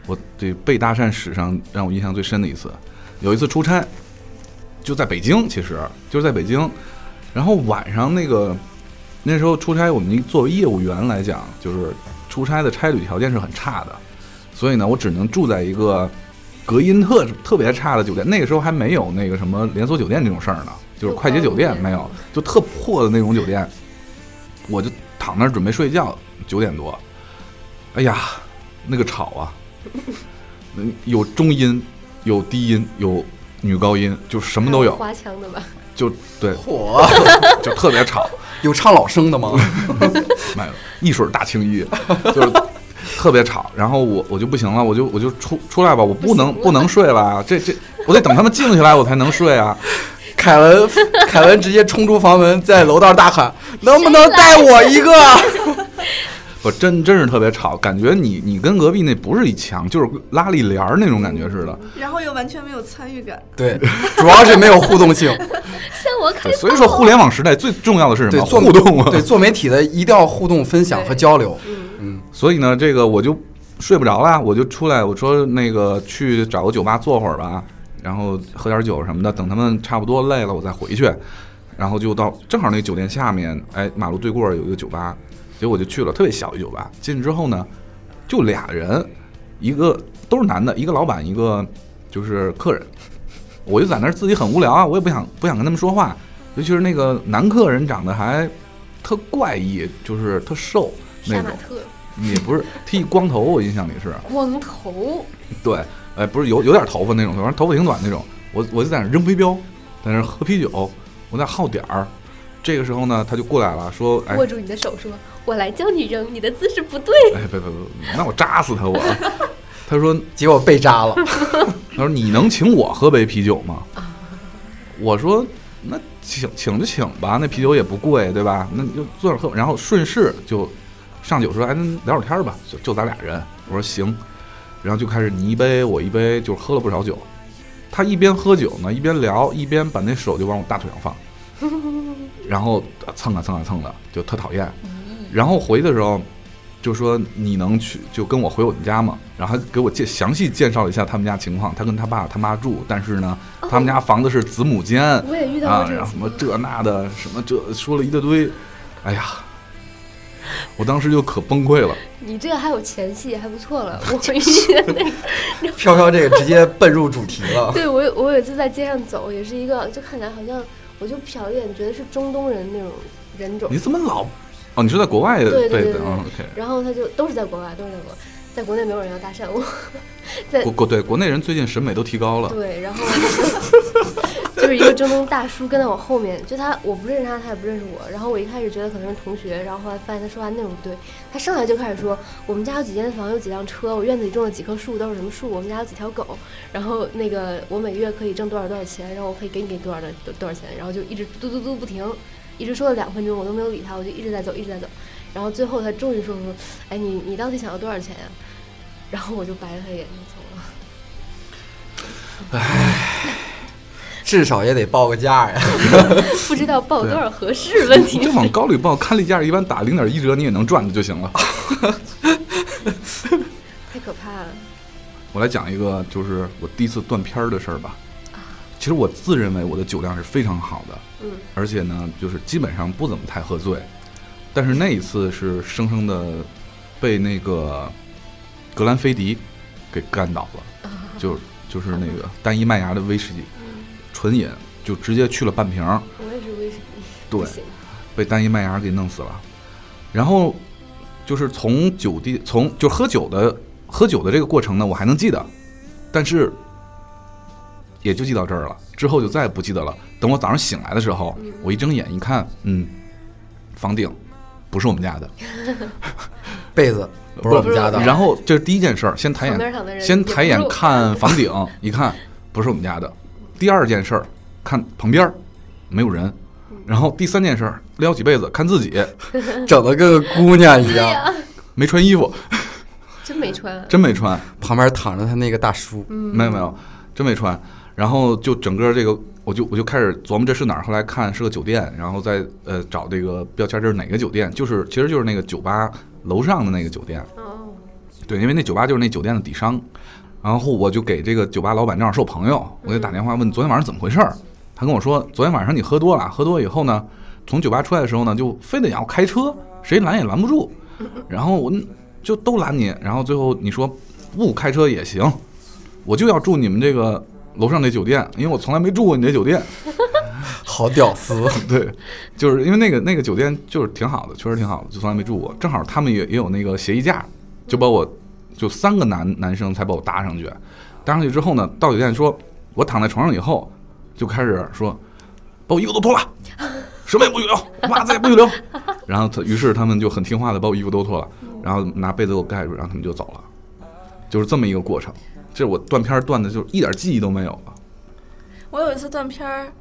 Speaker 1: 我对被搭讪史上让我印象最深的一次。有一次出差，就在北京，其实就是在北京。然后晚上那个那时候出差，我们作为业务员来讲，就是出差的差旅条件是很差的，所以呢，我只能住在一个隔音特特别差的酒店。那个时候还没有那个什么连锁酒店这种事儿呢，就是快捷酒店没有，就特破的那种酒店。我就躺那儿准备睡觉，九点多，哎呀，那个吵啊， 嗯有中音，有低音，有女高音，就什嗯么都有，
Speaker 4: 花腔的吧？
Speaker 1: 就对，
Speaker 3: 嚯，
Speaker 1: 就特别吵。
Speaker 3: 有唱老声的吗？
Speaker 1: 没有，一水大青衣，就是特别吵。然后我我就不行了，我就我就出出来吧，我不能
Speaker 4: 不行了
Speaker 1: 不能睡了啊，这这我得等他们静下来我才能睡啊。
Speaker 3: 凯文，凯文直接冲出房门，在楼道大喊：“能不能带我一个
Speaker 1: 我真真是特别吵，感觉你你跟隔壁那不是一墙，就是拉了一帘儿那种感觉似的。
Speaker 2: 然后又完全没有参与感。？”
Speaker 3: 对，主要是没有互动性。
Speaker 4: 像我开
Speaker 1: 对，所以说互联网时代最重要的是什
Speaker 3: 对，
Speaker 1: 么？
Speaker 3: 做
Speaker 1: 互动啊。
Speaker 3: 对，做媒体的一定要互动、分享和交流。嗯，
Speaker 1: 所以呢，这个我就睡不着啦，我就出来，我说那个去找个酒吧坐会儿吧，然后喝点酒什么的，等他们差不多累了，我再回去。然后就到正好那酒店下面，哎，马路对过有一个酒吧，结果我就去了，特别小一酒吧。进去之后呢，就俩人，一个都是男的，一个老板，一个就是客人。我就在那儿自己很无聊啊，我也不想不想跟他们说话，尤其是那个男客人长得还特怪异，就是特瘦那
Speaker 4: 杀
Speaker 1: 种
Speaker 4: 马。特
Speaker 1: 也不是剃光头，我印象里是
Speaker 4: 光头，
Speaker 1: 对，哎，不是有有点头发那种，反正头发挺短那种。我我就在那儿扔飞镖，在那儿喝啤酒，我在那儿耗点儿。这个时候呢，他就过来了，说：“哎，
Speaker 4: 握住你的手说：“我来教你扔，你的姿势不对。
Speaker 1: 哎，别别别，那我扎死他我。”他说：“
Speaker 3: 结果被扎了。
Speaker 1: 他说你能请我喝杯啤酒吗？”我说：“那请请就请吧，那啤酒也不贵，对吧？那你就坐那儿喝。”然后顺势就上酒说：“哎，那聊会儿天儿吧，就就咱俩人。”我说：“行。”然后就开始你一杯我一杯，就喝了不少酒。他一边喝酒呢，一边聊，一边把那手就往我大腿上放，然后呃蹭啊蹭啊蹭的，就特讨厌。然后回的时候就说你能去就跟我回我们家吗？然后还给我介详细介绍了一下他们家情况，他跟他爸他妈住，但是呢，他们家房子是子母间，
Speaker 4: 我也遇到
Speaker 1: 啊
Speaker 4: 过，这
Speaker 1: 然后
Speaker 4: 种
Speaker 1: 什
Speaker 4: 情
Speaker 1: 么
Speaker 4: 况
Speaker 1: 这那的，什么这说了一大堆，哎呀，我当时就可崩溃了。
Speaker 4: 你这个还有前戏，还不错 了。我遇到那个
Speaker 3: 飘飘这个直接奔入主题了。
Speaker 4: 对我有我有一次在街上走，也是一个就看起来好像我就瞟一眼，觉得是中东人那种人种
Speaker 1: 你。怎么老哦？你是在国外
Speaker 4: 对对
Speaker 1: 背
Speaker 4: 对对
Speaker 1: 的
Speaker 4: 对
Speaker 1: 啊？OK，
Speaker 4: 然后他就都是在国外，都是在国外，在国内没有人要搭讪我。在
Speaker 1: 国国对国内人最近审美都提高了，
Speaker 4: 对，然后 就是一个中东大叔跟在我后面，就他我不认识他，他也不认识我。然后我一开始觉得可能是同学，然后后来发现他说话内容不对，他上来就开始说我们家有几间房，有几辆车，我院子里种了几棵树，都是什么树，我们家有几条狗，然后那个我每月可以挣多少多少钱，然后我可以给你给多少多多多少钱，然后就一直嘟嘟嘟不停，一直说了两分钟，我都没有理他，我就一直在走，一直在走。然后最后他终于说说，哎，你你到底想要多少钱呀、 然后我就白了他一眼就走了。
Speaker 3: 至少也得报个价呀。
Speaker 4: 不知道报多少合适，问题
Speaker 1: 你就是往高里报，看例价一般打零点一折，你也能赚的就行了。
Speaker 4: 太可怕了。
Speaker 1: 我来讲一个，就是我第一次断片儿的事儿吧。其实我自认为我的酒量是非常好的，
Speaker 4: 嗯，
Speaker 1: 而且呢，就是基本上不怎么太喝醉，但是那一次是生生的被那个格兰菲迪给干倒了，就就是那个单一麦芽的威士忌，纯饮就直接去了半瓶儿，
Speaker 4: 我也是威士忌，
Speaker 1: 对
Speaker 4: 不，行，
Speaker 1: 被单一麦芽给弄死了。然后就是从酒地从就喝酒的喝酒的这个过程呢，我还能记得，但是也就记到这儿了，之后就再也不记得了。等我早上醒来的时候，嗯我一睁眼一看，嗯，房顶不是我们家的，
Speaker 3: 被子不是我们家的，啊
Speaker 1: 然后这是第一件事儿，先抬
Speaker 4: 旁边
Speaker 1: 眼
Speaker 4: 躺的，人
Speaker 1: 先
Speaker 4: 也不
Speaker 1: 抬
Speaker 4: 是
Speaker 1: 眼
Speaker 4: 我
Speaker 1: 看房顶，一看不是我们家的。第二件事儿，看旁边儿没有人，
Speaker 4: 嗯
Speaker 1: 然后第三件事儿，撩起被子看自己
Speaker 3: 整的跟个姑娘一样，
Speaker 1: 没穿衣服，
Speaker 4: 真没穿、啊。
Speaker 1: 真没穿，
Speaker 3: 旁边躺着他那个大叔，
Speaker 1: 没有没有，真没穿。然后就整个这个，我就我就开始琢磨这是哪儿。后来看是个酒店，然后再呃找这个标签，这是哪个酒店？就是其实就是那个酒吧楼上的那个酒店。
Speaker 4: 哦，
Speaker 1: 对，因为那酒吧就是那酒店的底商，然后我就给这个酒吧老板正好是我朋友，我就打电话问昨天晚上怎么回事儿，他跟我说昨天晚上你喝多了，喝多以后呢，从酒吧出来的时候呢，就非得要开车，谁拦也拦不住，然后我嗯就都拦你，然后最后你说不开车也行，我就要住你们这个楼上这酒店，因为我从来没住过你这酒店，
Speaker 3: 好屌丝，
Speaker 1: 对，就是因为那个那个酒店就是挺好的，确实挺好的，就从来没住过。正好他们也也有那个协议价，就把我就三个男男生才把我搭上去。搭上去之后呢，到酒店说，我躺在床上以后，就开始说，把我衣服都脱了，什么也不许留，袜子也不许留。然后他，于是他们就很听话的把我衣服都脱了，然后拿被子给我盖住，然后他们就走了。就是这么一个过程，这我断片儿断的，就是一点记忆都没有了。
Speaker 2: 我有一次断片儿，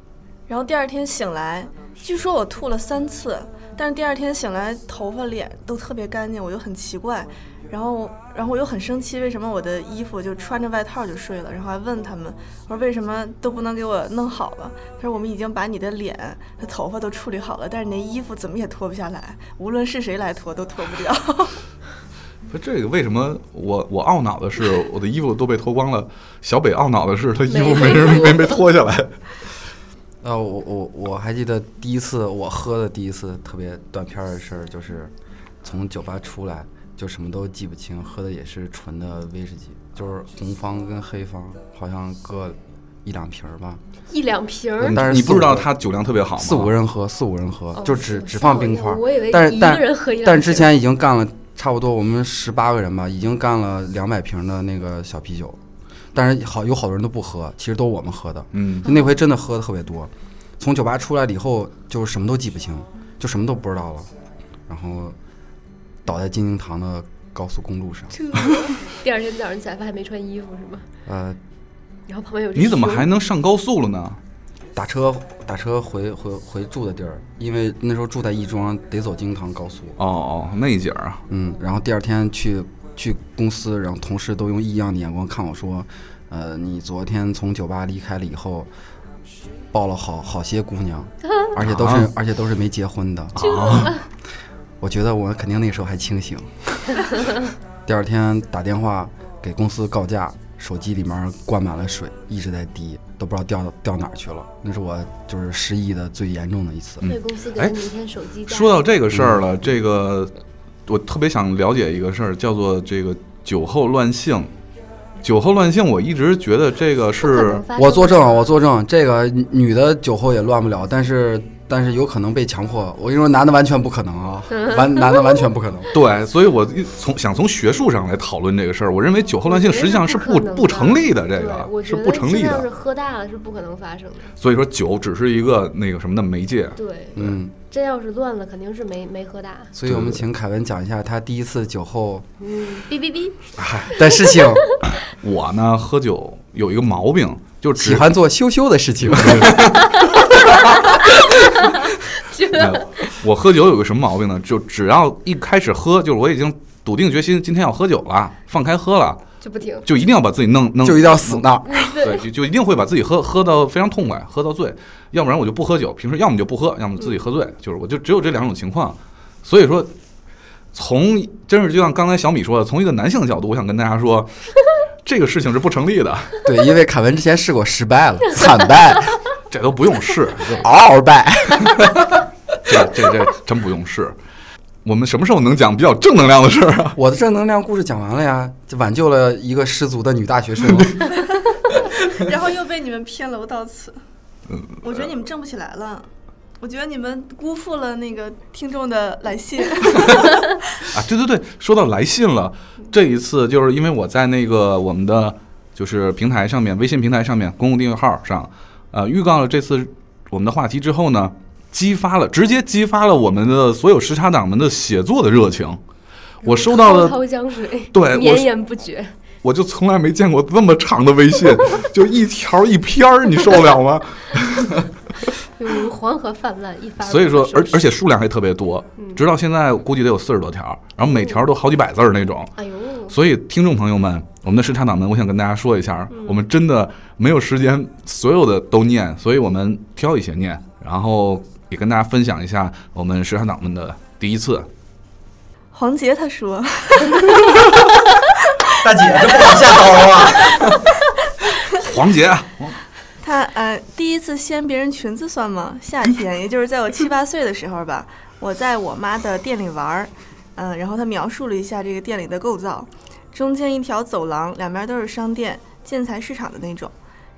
Speaker 2: 然后第二天醒来，据说我吐了三次，但是第二天醒来头发脸都特别干净，我就很奇怪，然后然后我又很生气，为什么我的衣服就穿着外套就睡了？然后还问他们，我说为什么都不能给我弄好了？他说我们已经把你的脸和头发都处理好了，但是你的衣服怎么也脱不下来，无论是谁来脱都脱不掉。
Speaker 1: 不，这个为什么我我懊恼的是我的衣服都被脱光了，小北懊恼的是他衣服没人没没脱下来。
Speaker 3: 啊，我我我还记得第一次我喝的第一次特别断片儿的事儿，就是从酒吧出来就什么都记不清，喝的也是纯的威士忌，就是红方跟黑方，好像各一两瓶儿吧，
Speaker 4: 一两瓶儿
Speaker 3: 嗯，但是
Speaker 1: 你不知道
Speaker 3: 四五
Speaker 1: 他酒量特别好吗？
Speaker 3: 四五人喝，四五人喝，
Speaker 4: 哦
Speaker 3: 就
Speaker 4: 四
Speaker 3: 只
Speaker 4: 五
Speaker 3: 只放
Speaker 4: 四五
Speaker 3: 冰
Speaker 4: 人
Speaker 3: 块儿。
Speaker 4: 我以为
Speaker 3: 但
Speaker 4: 一
Speaker 3: 是
Speaker 4: 个人喝一
Speaker 3: 但但
Speaker 4: 两
Speaker 3: 之
Speaker 4: 瓶
Speaker 3: 前已经干了差不多我们十八个人吧，已经干了两百瓶的那个小啤酒，但是好有好多人都不喝，其实都我们喝的。
Speaker 1: 嗯，
Speaker 3: 就那回真的喝的特别多，从酒吧出来了以后，就什么都记不清，就什么都不知道了，然后倒在金陵堂的高速公路上。
Speaker 4: 第二天早上起来发现没穿衣服是吗？
Speaker 3: 呃，
Speaker 4: 然后旁边有只
Speaker 1: 你怎么
Speaker 4: 熊
Speaker 1: 还能上高速了呢？
Speaker 3: 打车打车回回回住的地儿，因为那时候住在亦庄，得走金陵堂高速。
Speaker 1: 哦哦，那景儿啊，
Speaker 3: 嗯，然后第二天去去公司，然后同事都用异样的眼光看我说，呃，你昨天从酒吧离开了以后，抱了好好些姑娘，而且都是、
Speaker 1: 啊
Speaker 3: 而且都是没结婚的。 我觉得我肯定那时候还清醒。第二天打电话给公司告假，手机里面灌满了水，一直在滴，都不知道掉到掉哪儿去了。那是我就是失忆的最严重的一次。
Speaker 4: 对公司给
Speaker 1: 哎
Speaker 4: 了你一天手机价
Speaker 1: 说到这个事儿了，这个我特别想了解一个事儿，叫做这个酒后乱性。酒后乱性，我一直觉得这个
Speaker 4: 不可
Speaker 1: 是
Speaker 4: 能发
Speaker 3: 我
Speaker 4: 生
Speaker 3: 作
Speaker 4: 的
Speaker 3: 证，我作证，这个女的酒后也乱不了，但是但是有可能被强迫。我跟你说，男的完全不可能 啊，完男的完全不可能。
Speaker 1: 对，所以我一从想从学术上来讨论这个事儿。我认为酒后乱性
Speaker 4: 我觉
Speaker 1: 实
Speaker 4: 得
Speaker 1: 际上是
Speaker 4: 是
Speaker 1: 不
Speaker 4: 可能
Speaker 1: 不成
Speaker 4: 的
Speaker 1: 立的，这
Speaker 4: 对
Speaker 1: 个
Speaker 4: 我
Speaker 1: 是
Speaker 4: 觉
Speaker 1: 不
Speaker 4: 得
Speaker 1: 成
Speaker 4: 真
Speaker 1: 立
Speaker 4: 要
Speaker 1: 的。
Speaker 4: 是喝大了是不可能发生的。
Speaker 1: 所以说酒只是一个那个什么的媒介。
Speaker 4: 对，
Speaker 3: 嗯，
Speaker 4: 真要是乱了，肯定是没没喝大。
Speaker 3: 所以我们请凯文讲一下他第一次酒后
Speaker 4: 嗯，哔哔哔，
Speaker 3: 的事 情，
Speaker 1: 我呢，喝酒有一个毛病，就只
Speaker 3: 喜欢做羞羞的事情。
Speaker 1: 哎我喝酒有个什么毛病呢？就只要一开始喝，就是我已经笃定决心今天要喝酒了，放开喝了，
Speaker 4: 就不停。
Speaker 1: 就一定要把自己弄 弄，
Speaker 3: 就一定要死那儿，
Speaker 1: 对，就就一定会把自己喝喝到非常痛快，喝到醉，要不然我就不喝酒，平时要么就不喝，要么自己喝
Speaker 3: 嗯
Speaker 1: 醉，就是我就只有这两种情况，所以说。从真是就像刚才小米说的，从一个男性的角度，我想跟大家说， 这个事情是不成立的，
Speaker 3: 对，因为凯文之前试过，失败了，惨败，
Speaker 1: 这都不用 试，就
Speaker 3: 嗷嗷败。
Speaker 1: 这这这真不用试。我们什么时候能讲比较正能量的事儿啊？
Speaker 3: 我的正能量故事讲完了呀，就挽救了一个失足的女大学生。
Speaker 2: 然后又被你们骗楼到此。我觉得你们挣不起来了，我觉得你们辜负了那个听众的来信。
Speaker 1: 啊，对对对，说到来信了，这一次就是因为我在那个我们的就是平台上面，微信平台上面公共订阅号上，呃，预告了这次我们的话题之后呢，激发了直接激发了我们的所有时差党们的写作的热情。我收到
Speaker 4: 滔
Speaker 1: 的，
Speaker 4: 滔江水，
Speaker 1: 对我
Speaker 4: 绵
Speaker 1: 是
Speaker 4: 延不绝。
Speaker 1: 我就从来没见过这么长的微信，就一条一篇儿，你受得了吗？
Speaker 4: 就如黄河泛滥，一发
Speaker 1: 所以
Speaker 4: 不
Speaker 1: 说
Speaker 4: 可，收
Speaker 1: 而
Speaker 4: 拾
Speaker 1: 而且数量还特别多，直到现在估计得有四十多条，然后每条都好几百字儿那种。
Speaker 4: 哎呦，
Speaker 1: 所以，听众朋友们，我们的时差党们，我想跟大家说一下，我们真的没有时间所有的都念，所以我们挑一些念，然后也跟大家分享一下我们时差党们的第一次。
Speaker 2: 黄杰他说，
Speaker 3: 大姐这不往下刀啊！
Speaker 1: 黄杰，
Speaker 2: 他呃第一次掀别人裙子算吗？夏天，也就是在我七八岁的时候吧，我在我妈的店里玩儿，嗯、然后他描述了一下这个店里的构造，中间一条走廊，两边都是商店、建材市场的那种，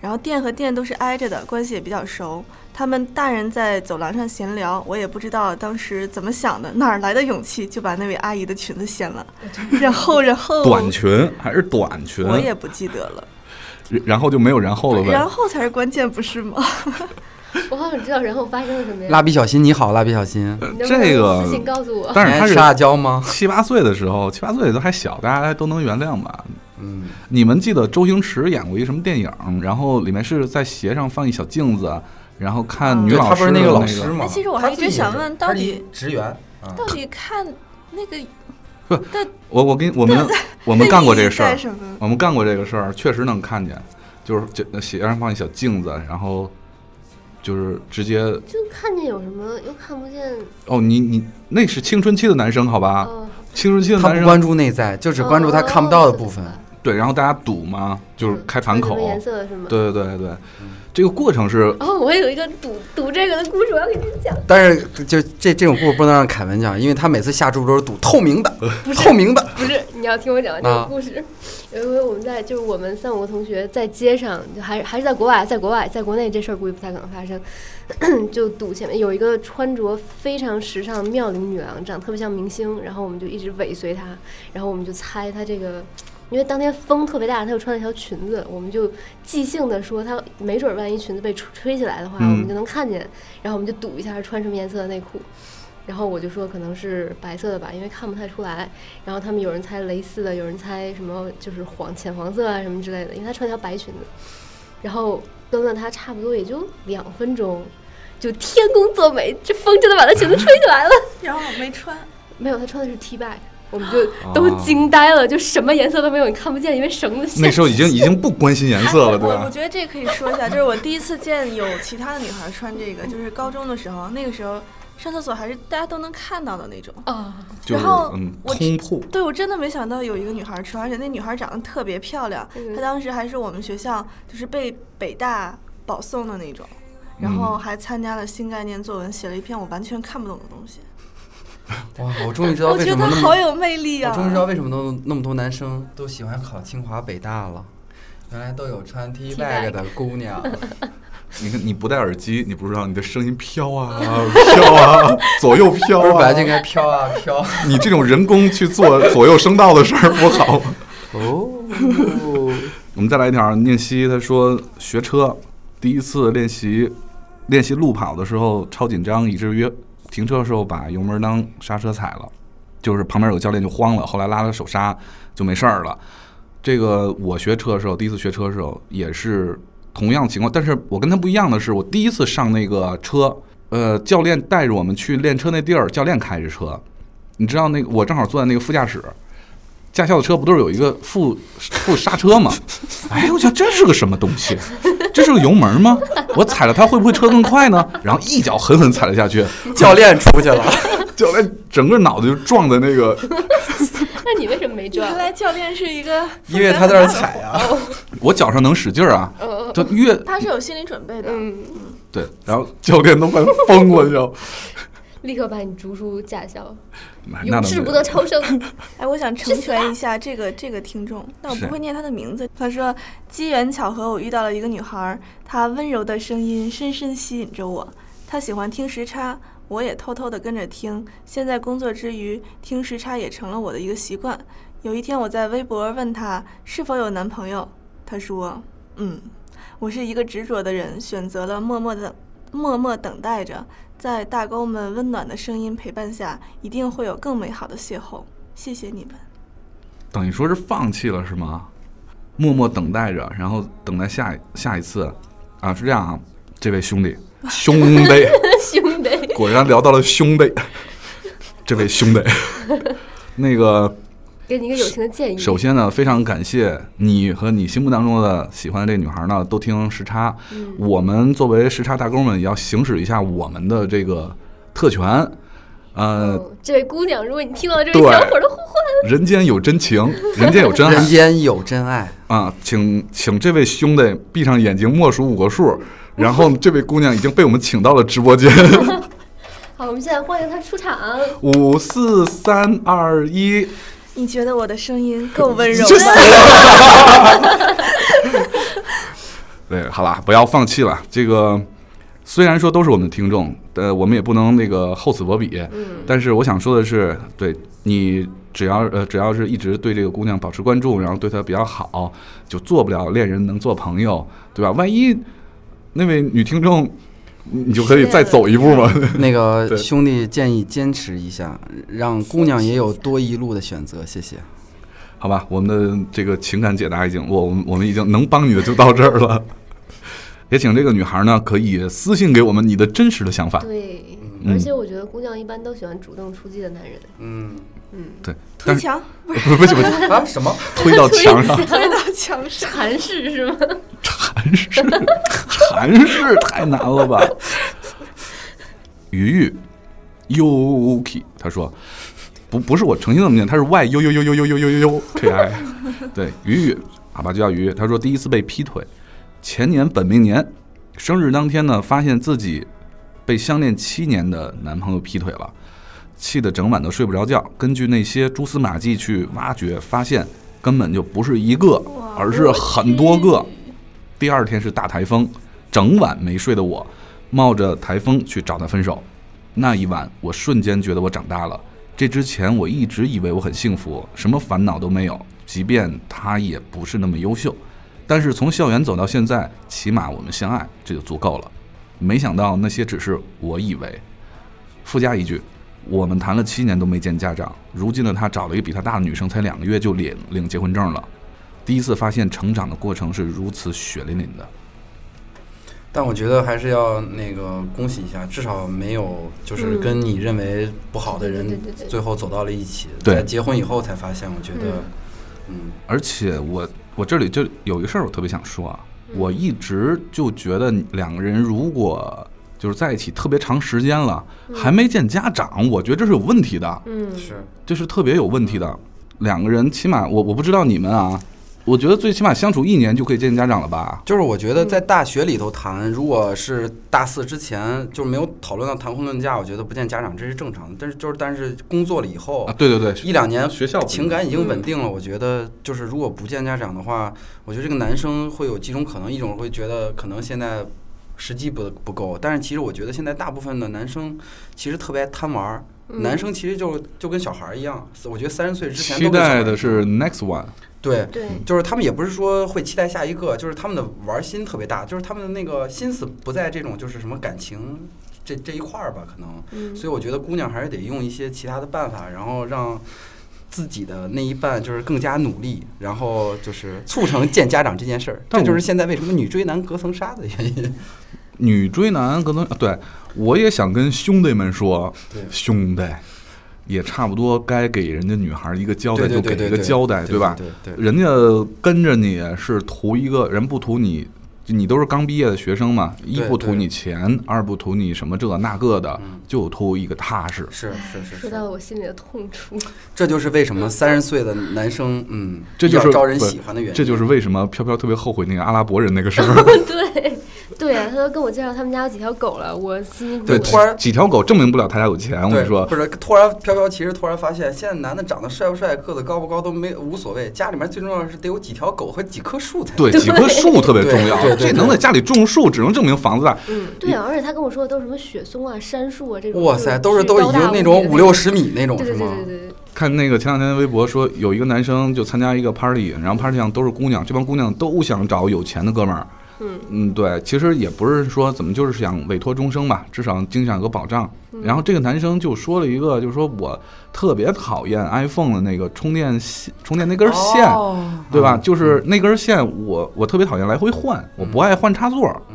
Speaker 2: 然后店和店都是挨着的，关系也比较熟。他们大人在走廊上闲聊，我也不知道当时怎么想的，哪儿来的勇气就把那位阿姨的裙子掀了，然后然后
Speaker 1: 短裙还是短裙？
Speaker 2: 我也不记得了，
Speaker 1: 然后就没有然后了呗。
Speaker 2: 然后才是关键，不是吗？
Speaker 4: 我好想知道然后发生了什么呀？
Speaker 3: 蜡笔小新你好，蜡笔小新，
Speaker 1: 呃
Speaker 4: 你能不能
Speaker 1: 这个
Speaker 4: 私，信告诉我，
Speaker 1: 但是他
Speaker 3: 是
Speaker 1: 是
Speaker 3: 辣椒吗？
Speaker 1: 七八岁的时候，七八岁都还小，大家都能原谅吧。
Speaker 3: 嗯，
Speaker 1: 你们记得周星驰演过一什么电影？然后里面是在鞋上放一小镜子，然后看女
Speaker 3: 啊对
Speaker 1: 老
Speaker 3: 他
Speaker 1: 师
Speaker 3: 不是
Speaker 1: 的
Speaker 3: 那个
Speaker 1: 个
Speaker 3: 老师吗？
Speaker 2: 哎其实我还一直想问到底
Speaker 3: 职员啊，
Speaker 2: 到底看那个
Speaker 1: 我我跟我们我们干过这个事
Speaker 2: 那
Speaker 1: 儿
Speaker 2: 意义在，什么？
Speaker 1: 我们干过这个事儿，确实能看见，就是这鞋上放一小镜子，然后就是直接
Speaker 4: 就看见有什么又看不见。
Speaker 1: 哦，你你那是青春期的男生好吧？
Speaker 4: 哦，
Speaker 1: 青春期的
Speaker 3: 他
Speaker 1: 男
Speaker 3: 不
Speaker 1: 生
Speaker 3: 关注内在，就只关注
Speaker 2: 哦
Speaker 3: 他看不到的部
Speaker 4: 哦
Speaker 3: 分。
Speaker 1: 对，然后大家赌嘛，就是
Speaker 4: 嗯
Speaker 1: 开盘
Speaker 4: 看
Speaker 1: 口
Speaker 4: 什，么颜色是吗？。
Speaker 1: 对对对对，这个过程是
Speaker 4: 哦，我有一个赌赌这个的故事，我要给你讲。
Speaker 3: 但是就这这种故事不能让凯文讲，因为他每次下注都是赌透明的，透明的。
Speaker 4: 不是，你要听我讲完这个
Speaker 3: 啊
Speaker 4: 故事。有一回我们在就是我们三五个同学在街上，就还是还是在国外，在国外，在国内这事儿估计不太可能发生。 就堵前面有一个穿着非常时尚的妙龄女郎，长得特别像明星，然后我们就一直尾随她，然后我们就猜她这个。因为当天风特别大，她又穿了一条裙子，我们就即兴的说，她没准儿万一裙子被吹吹起来的话，
Speaker 1: 嗯
Speaker 4: 我们就能看见。然后我们就赌一下她穿什么颜色的内裤，然后我就说可能是白色的吧，因为看不太出来。然后他们有人猜蕾丝的，有人猜什么就是黄浅黄色啊什么之类的，因为她穿条白裙子。然后跟了她差不多也就两分钟，就天公作美，这风真的把她裙子吹起来了。
Speaker 2: 然后我没穿，
Speaker 4: 没有，她穿的是 T back，我们就
Speaker 1: 啊
Speaker 4: 都惊呆了，就什么颜色都没有，你看不见，因为 绳子。
Speaker 1: 那时候已经已经不关心颜色了，对
Speaker 2: 我我
Speaker 1: 吧？
Speaker 2: 觉得这可以说一下，就是我第一次见有其他的女孩穿这个，就是高中的时候，那个时候上厕所还是大家都能看到的那种。
Speaker 4: 啊，
Speaker 1: 就是
Speaker 2: 然后
Speaker 1: 嗯，
Speaker 2: 我
Speaker 1: 通铺
Speaker 2: 对，我真的没想到有一个女孩穿，而且那女孩长得特别漂亮，
Speaker 4: 嗯
Speaker 2: 她当时还是我们学校就是被北大保送的那种，
Speaker 3: 嗯
Speaker 2: 然后还参加了新概念作文，写了一篇我完全看不懂的东西。
Speaker 3: 哇，我终于知道
Speaker 2: 我
Speaker 3: 为
Speaker 2: 觉
Speaker 3: 什
Speaker 2: 得
Speaker 3: 么
Speaker 2: 她
Speaker 3: 那
Speaker 2: 好
Speaker 3: 么，
Speaker 2: 有魅力
Speaker 3: 我
Speaker 2: 啊！
Speaker 3: 终于知道为什么都那么多男生都喜欢考清华北大了，原来都有穿 T
Speaker 4: T-back
Speaker 3: bag 的 姑娘。
Speaker 1: 你看你不戴耳机，你不知道你的声音飘 啊飘啊，左右飘
Speaker 3: 不是本来
Speaker 1: 啊
Speaker 3: 就。应该飘啊飘。
Speaker 1: 你这种人工去做左右声道的事儿不好。
Speaker 3: 哦，
Speaker 1: 我们再来一条，念希他说学车第一次练习练习路跑的时候超紧张，以至于停车的时候把油门当刹车踩了，就是旁边有个教练就慌了，后来拉了手刹就没事儿了。这个我学车的时候，第一次学车的时候也是同样情况，但是我跟他不一样的是，我第一次上那个车，呃，教练带着我们去练车那地儿，教练开着车，你知道那个我正好坐在那个副驾驶，驾校的车不都是有一个副 副刹车吗？哎，我想这是个什么东西？这是个油门吗？我踩了它会不会车更快呢？然后一脚狠狠踩了下去，
Speaker 3: 教练出去了。
Speaker 1: 教练整个脑袋就撞在那个，
Speaker 4: 那你为什么没撞
Speaker 2: 原？来教练是一个，
Speaker 3: 因为他在那儿踩啊，
Speaker 1: 我脚上能使劲儿啊，
Speaker 4: 哦
Speaker 1: 就越
Speaker 2: 他是有心理准备的。
Speaker 4: 嗯，
Speaker 1: 对，然后教练都快疯了，你知道吗？
Speaker 4: 立刻把你逐出驾校，
Speaker 1: 哎那
Speaker 4: 永
Speaker 1: 倒没
Speaker 4: 世
Speaker 1: 有
Speaker 4: 不得超生。
Speaker 2: 哎，我想成全一下这个这个听众，但我
Speaker 1: 是
Speaker 2: 不会念他的名字。他说：“机缘巧合，我遇到了一个女孩儿，她温柔的声音深深吸引着我。她喜欢听时差，我也偷偷的跟着听。现在工作之余，听时差也成了我的一个习惯。有一天，我在微博问她是否有男朋友，她说：嗯，我是一个执着的人，选择了默默的默默等待着。”在大沟们温暖的声音陪伴下，一定会有更美好的邂逅。谢谢你们。
Speaker 1: 等于说是放弃了是吗？默默等待着，然后等待下一下一次，啊，是这样啊，这位兄弟，兄弟，
Speaker 4: 兄弟，
Speaker 1: 果然聊到了兄弟，这位兄弟，那个
Speaker 4: 给你一个友情的建议。
Speaker 1: 首先呢，非常感谢你和你心目当中的喜欢的这个女孩呢，都听时差。我们作为时差大哥们，也要行使一下我们的这个特权。呃，
Speaker 4: 哦这位姑娘，如果你听到这位
Speaker 1: 对
Speaker 4: 小伙的呼唤，
Speaker 1: 人间有真情，人间有真爱
Speaker 3: 人间有真爱，
Speaker 1: 啊！请请这位兄弟闭上眼睛默数五个数。然后这位姑娘已经被我们请到了直播间，
Speaker 4: 好，我们现在欢迎她出场。
Speaker 1: 五四三二一，
Speaker 2: 你觉得我的声音够温柔
Speaker 1: 去
Speaker 2: 吗？
Speaker 1: 死了！ 对，好啦，不要放弃了。这个虽然说都是我们的听众，呃，我们也不能那个厚此薄彼。嗯。但是我想说的是，对你只要呃只要是一直对这个姑娘保持关注，然后对她比较好，就做不了恋人能做朋友，对吧？万一那位女听众，你就可以再走一步嘛。
Speaker 3: 那
Speaker 1: 对
Speaker 3: 个兄弟建议坚持一下，让姑娘也有多一路的选择。谢谢。
Speaker 1: 好吧，我们的这个情感解答已经，我我们我们已经能帮你的就到这儿了。 也请这个女孩呢，可以私信给我们你的真实的想法。
Speaker 4: 对，
Speaker 1: 嗯
Speaker 4: 而且我觉得姑娘一般都喜欢主动出击的男人。
Speaker 3: 嗯
Speaker 1: 对，
Speaker 2: 推
Speaker 1: 但是
Speaker 2: 墙，
Speaker 1: 不是不是不是
Speaker 3: 啊，什么？
Speaker 1: 推到墙 上，
Speaker 2: 推到墙上。
Speaker 4: 韩式是吗？
Speaker 1: 韩式，韩式太难了吧？鱼鱼，Yuki，他说不不是我诚心这么念，他是 Y U U U U U U U U U K I，对，鱼鱼，好吧，就叫鱼鱼。他说第一次被劈腿，前年本命年生日当天呢，发现自己被相恋七年的男朋友劈腿了。气得整晚都睡不着觉。根据那些蛛丝马迹去挖掘，发现根本就不是一个，而是很多个。第二天是大台风，整晚没睡的我，冒着台风去找他分手。那一晚，我瞬间觉得我长大了。这之前我一直以为我很幸福，什么烦恼都没有，即便他也不是那么优秀。但是从校园走到现在，起码我们相爱，这就足够了。没想到那些只是我以为，附加一句，我们谈了七年都没见家长，如今的他找了一个比他大的女生，才两个月就领领结婚证了。第一次发现成长的过程是如此血淋淋的。
Speaker 3: 但我觉得还是要那个恭喜一下，至少没有就是
Speaker 4: 嗯
Speaker 3: 跟你认为不好的
Speaker 4: 对
Speaker 3: 人
Speaker 4: 对对对
Speaker 3: 最后走到了一起。
Speaker 1: 对
Speaker 3: 在结婚以后才发现，我觉得，嗯，
Speaker 1: 而且我我这里就有一个事儿，我特别想说啊，我一直就觉得你两个人如果就是在一起特别长时间了，还没见家长，我觉得这是有问题的，
Speaker 4: 嗯，
Speaker 3: 是
Speaker 1: 这是特别有问题的。两个人起码我我不知道你们啊，我觉得最起码相处一年就可以见家长了吧？
Speaker 3: 就是我觉得在大学里头谈，如果是大四之前就没有讨论到谈婚论嫁，我觉得不见家长这是正常的。但是就是但是工作了以后
Speaker 1: 啊，，对对对，
Speaker 3: 一两年
Speaker 1: 学校不一样
Speaker 3: 情感已经
Speaker 1: 嗯
Speaker 3: 稳定了，我觉得就是如果不见家长的话，我觉得这个男生会有几种可能，一种会觉得可能现在时机不不够，但是其实我觉得现在大部分的男生其实特别爱贪玩儿。男生其实就就跟小孩儿一样，我觉得三十岁之前
Speaker 1: 期
Speaker 3: 都跟小孩儿
Speaker 1: 待
Speaker 3: 一样
Speaker 1: 的是 next one，
Speaker 3: 对
Speaker 4: 对，
Speaker 3: 就是他们也不是说会期待下一个，就是他们的玩心特别大，就是他们的那个心思不在这种就是什么感情这这一块儿吧，可能。
Speaker 4: 嗯
Speaker 3: 所以我觉得姑娘还是得用一些其他的办法，然后让自己的那一半就是更加努力，然后就是促成见家长这件事儿。
Speaker 1: 但
Speaker 3: 这
Speaker 1: 我
Speaker 3: 就是现在为什么女追男隔层纱的原因。
Speaker 1: 女追男可能啊对我也想跟兄弟们说
Speaker 3: 对，
Speaker 1: 兄弟也差不多该给人家女孩一个交代，就给一个交代，吧？
Speaker 3: 对对对
Speaker 1: 人家跟着你是图一个人，不图你。就你都是刚毕业的学生嘛，一
Speaker 3: 对
Speaker 1: 不图
Speaker 3: 对
Speaker 1: 你钱，二不图你什么这那个的
Speaker 3: 嗯，
Speaker 1: 就图一个踏实。
Speaker 3: 是是是
Speaker 4: 说
Speaker 3: 是
Speaker 4: 到，了我心里的痛 处。
Speaker 3: 这就是为什么三十岁的男生，嗯，
Speaker 1: 这就
Speaker 3: 比
Speaker 1: 是
Speaker 3: 较招人
Speaker 1: 不
Speaker 3: 喜欢的原因。
Speaker 1: 这就是为什么飘飘特别后悔那个阿拉伯人那个事儿。
Speaker 4: 对，对啊，他都跟我介绍他们家有几条狗了，我辛辛苦苦
Speaker 3: 对
Speaker 4: 地
Speaker 3: 突然
Speaker 1: 几条狗证明不了他家有钱，我跟
Speaker 3: 对，
Speaker 1: 你说。
Speaker 3: 不是突然飘飘，其实突然发现，现在男的长得帅不帅、个子高不高都没无所谓，家里面最重要的是得有几条狗和几棵树才
Speaker 1: 对，几棵树特别重要。
Speaker 3: 对对对
Speaker 1: 这
Speaker 3: 对
Speaker 1: 能在家里种树，只能证明房子大。
Speaker 4: 对啊，而且他跟我说的都是什么雪松啊、杉树啊这种。
Speaker 3: 哇塞，都是都已经那种五六。十米那种
Speaker 4: 对
Speaker 3: 是
Speaker 4: 对对
Speaker 3: 吗
Speaker 4: 对？对对，
Speaker 1: 看那个前两天微博说，有一个男生就参加一个 party，然后 party 上都是姑娘，这帮姑娘都想找有钱的哥们儿，
Speaker 4: 嗯
Speaker 1: 嗯，对，其实也不是说怎么，就是想委托终生吧，至少经济上有个保障。然后这个男生就说了一个，就是说我特别讨厌 iPhone 的那个充电线，充电那根线，对
Speaker 3: 嗯
Speaker 1: 吧？就是那根线我，我特别讨厌来回换，我不爱换插座。
Speaker 3: 嗯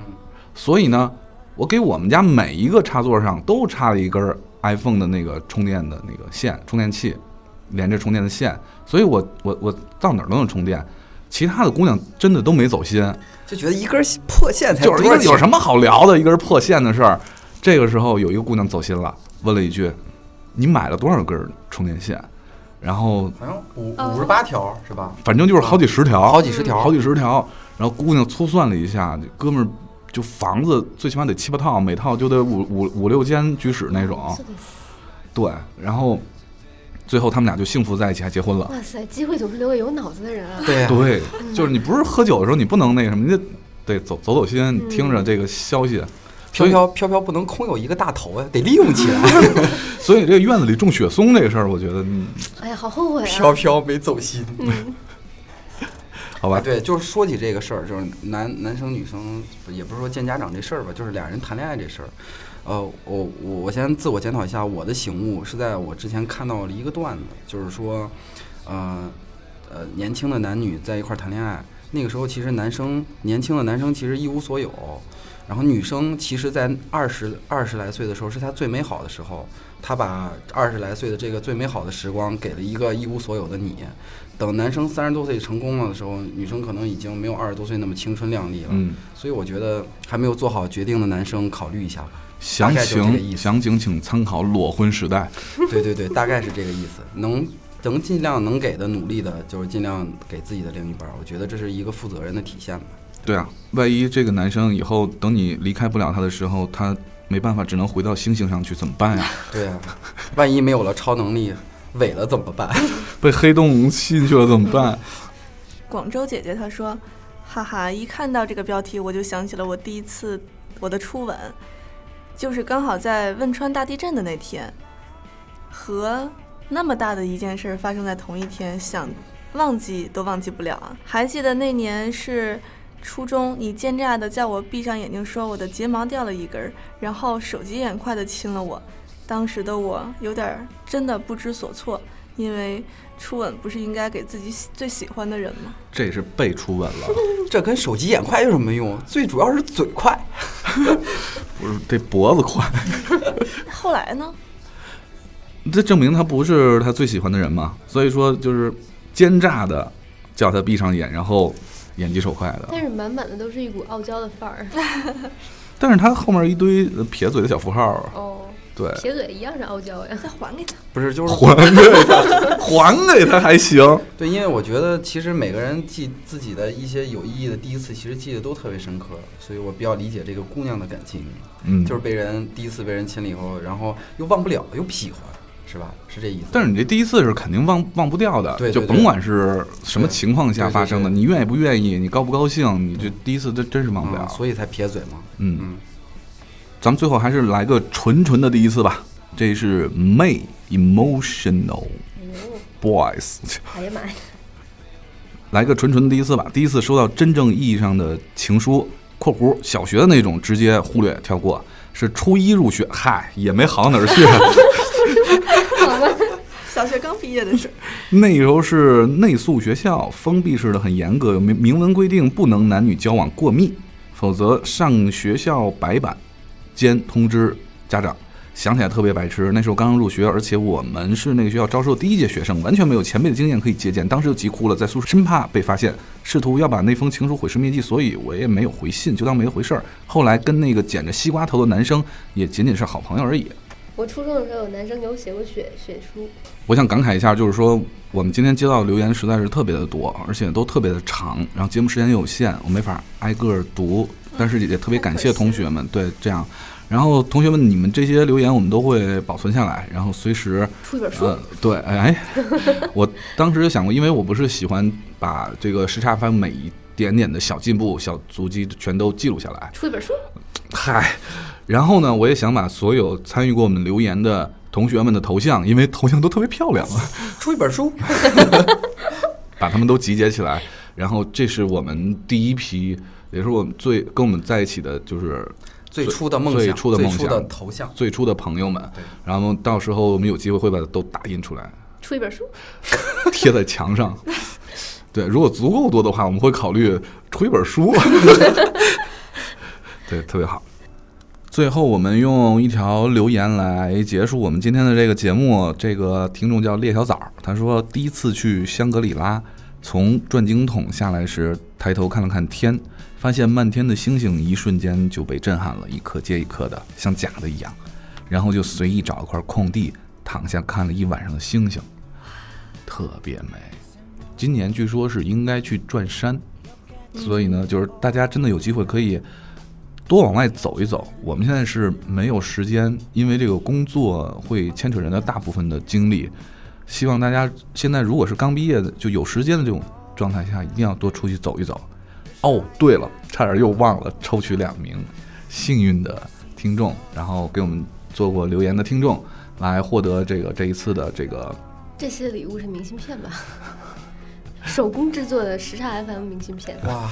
Speaker 1: 所以呢，我给我们家每一个插座上都插了一根儿 iPhone 的那个充电的那个线，充电器连着充电的线，所以我我我到哪儿都能充电。其他的姑娘真的都没走心，
Speaker 3: 就觉得一根破线才
Speaker 1: 就是一
Speaker 3: 哎多少
Speaker 1: 个
Speaker 3: 钱
Speaker 1: 有什么好聊的一根破线的事儿。这个时候有一个姑娘走心了，问了一句：“你买了多少根充电线？”然后
Speaker 3: 好像五五十八条是吧？
Speaker 1: 反正就是好几十条，
Speaker 3: 嗯好几十条，
Speaker 1: 好几十条。然后姑娘粗算了一下，这哥们儿就房子最起码得七八套，每套就得五五五六间居室那种
Speaker 4: 是。的
Speaker 1: 对，然后最后他们俩就幸福在一起，还结婚了。
Speaker 4: 哇塞，机会总是留给有脑子的人啊！
Speaker 3: 对呀、
Speaker 1: 对，就是你不是喝酒的时候，你不能那什么，你得得走走走心，你听着这个消息。所
Speaker 3: 飘
Speaker 1: 以
Speaker 3: 飘飘飘不能空有一个大头啊呀，得利用起来。
Speaker 1: 所以这个院子里种雪松这个事儿，我觉得，嗯，
Speaker 4: 哎呀，好后悔
Speaker 3: 飘
Speaker 4: 啊！
Speaker 3: 飘没走心。
Speaker 4: 嗯
Speaker 1: 好
Speaker 3: 啊，
Speaker 1: 吧，
Speaker 3: 对，就是说起这个事儿，就是男男生女生，也不是说见家长这事儿吧，就是俩人谈恋爱这事儿。呃，我我我先自我检讨一下，我的醒悟是在我之前看到了一个段子，就是说，呃呃，年轻的男女在一块儿谈恋爱，那个时候其实男生年轻的男生其实一无所有，然后女生其实，在二十二十来岁的时候是她最美好的时候，她把二十来岁的这个最美好的时光给了一个一无所有的你。等男生三十多岁成功了的时候，女生可能已经没有二十多岁那么青春靓丽了。
Speaker 1: 嗯，
Speaker 3: 所以我觉得还没有做好决定的男生考虑一下吧。
Speaker 1: 详
Speaker 3: 大概就是这个意
Speaker 1: 情
Speaker 3: 思
Speaker 1: 详情请参考《裸婚时代》。
Speaker 3: 对对对，大概是这个意思。能能尽量能给的努力的，就是尽量给自己的另一半儿。我觉得这是一个负责任的体现吧。
Speaker 1: 对啊，万一这个男生以后等你离开不了他的时候，他没办法，只能回到星星上去，怎么办呀？
Speaker 3: 对啊，万一没有了超能力，萎了怎么办？
Speaker 1: 被黑洞吸进去了怎么办？
Speaker 2: 广州姐姐她说：“哈哈，一看到这个标题，我就想起了我第一次我的初吻，就是刚好在汶川大地震的那天，和那么大的一件事儿发生在同一天，想忘记都忘记不了啊！还记得那年是。”初中，你奸诈的叫我闭上眼睛，说我的睫毛掉了一根儿，然后手疾眼快的亲了我。当时的我有点儿真的不知所措，因为初吻不是应该给自己喜最喜欢的人吗？
Speaker 1: 这是被初吻了，
Speaker 3: 这跟手机眼快有什么用？最主要是嘴快。
Speaker 1: 不是这脖子快，
Speaker 2: 后来呢？
Speaker 1: 这证明他不是他最喜欢的人嘛。所以说就是奸诈的叫他闭上眼，然后眼疾手快的。
Speaker 4: 但是满满的都是一股傲娇的范儿。
Speaker 1: 但是他后面一堆呃撇嘴的小符号，
Speaker 4: 哦，
Speaker 1: 对，
Speaker 4: 撇嘴一样是傲娇呀。
Speaker 2: 再还给他。
Speaker 3: 不是，就是
Speaker 1: 还给他，还给他还行。
Speaker 3: 对，因为我觉得其实每个人记自己的一些有意义的第一次，其实记得都特别深刻，所以我比较理解这个姑娘的感情，
Speaker 1: 嗯
Speaker 3: 就是被人第一次被人亲了以后，然后又忘不了，又喜欢，是吧？是这意思。
Speaker 1: 但是你这第一次是肯定忘忘不掉的，
Speaker 3: 对对
Speaker 1: 就
Speaker 3: 对
Speaker 1: 甭管是什么情况下发生的，
Speaker 3: 对对对
Speaker 1: 你愿意不愿意，你高不高兴，你这第一次真真是忘不了。
Speaker 3: 嗯，所以才撇嘴嘛。
Speaker 1: 嗯
Speaker 3: 嗯，
Speaker 1: 咱们最后还是来个纯纯的第一次吧，这是 May Emotional Boys，
Speaker 4: 哎呀妈呀！
Speaker 1: 来个纯纯的第一次吧。第一次收到真正意义上的情书（括弧小学的那种），直接忽略跳过。是初一入学，嗨，也没好到哪儿去。
Speaker 2: 小学刚毕业的时候，
Speaker 1: 那时候是内宿学校，封闭式的，很严格，有明明文规定不能男女交往过密，否则上学校白板，兼通知家长。想起来特别白痴，那时候刚刚入学，而且我们是那个学校招收第一届学生，完全没有前辈的经验可以借鉴，当时就急哭了，在宿舍生怕被发现，试图要把那封情书毁尸灭迹，所以我也没有回信，就当没回事儿。后来跟那个剪着西瓜头的男生也仅仅是好朋友而已。
Speaker 4: 我初中的时候有男生给我写过血血书，
Speaker 1: 我想感慨一下，就是说我们今天接到的留言实在是特别的多，而且都特别的长，然后节目时间也有限，我没法挨个儿读，但是也特别感谢同学们，对这样。然后同学们，你们这些留言我们都会保存下来，然后随时
Speaker 4: 出一本书。
Speaker 1: 呃，对，哎，我当时就想过，因为我不是喜欢把这个时差番每一点点的小进步、小足迹全都记录下来，
Speaker 4: 出一本书，
Speaker 1: 嗨， 然后呢，我也想把所有参与过我们留言的同学们的头像，因为头像都特别漂亮啊，
Speaker 3: 出一本书，
Speaker 1: 把他们都集结起来，然后这是我们第一批也是我们最跟我们在一起的，就是
Speaker 3: 最初的梦想，
Speaker 1: 最初的梦
Speaker 3: 最初的
Speaker 1: 想，
Speaker 3: 头像，
Speaker 1: 最初的朋友们
Speaker 3: 对。
Speaker 1: 然后到时候我们有机会会把它都打印出来，
Speaker 4: 出一本书，
Speaker 1: 贴在墙上。对，如果足够多的话，我们会考虑出一本书。 对，特别好。最后，我们用一条留言来结束我们今天的这个节目。这个听众叫猎小枣，他说第一次去香格里拉，从转经筒下来时，抬头看了看天，发现漫天的星星，一瞬间就被震撼了，一颗接一颗的，像假的一样。然后就随意找一块空地躺下看了一晚上的星星，特别美。今年据说是应该去转山，所以呢，就是大家真的有机会可以多往外走一走。我们现在是没有时间，因为这个工作会牵扯人的大部分的精力。希望大家现在如果是刚毕业的，就有时间的这种状态下，一定要多出去走一走。哦，对了，差点又忘了抽取两名幸运的听众，然后给我们做过留言的听众，来获得这个这一次的这个
Speaker 4: 这些礼物是明信片吧？ 手工制作的时差 FM 明信片，
Speaker 3: 哇，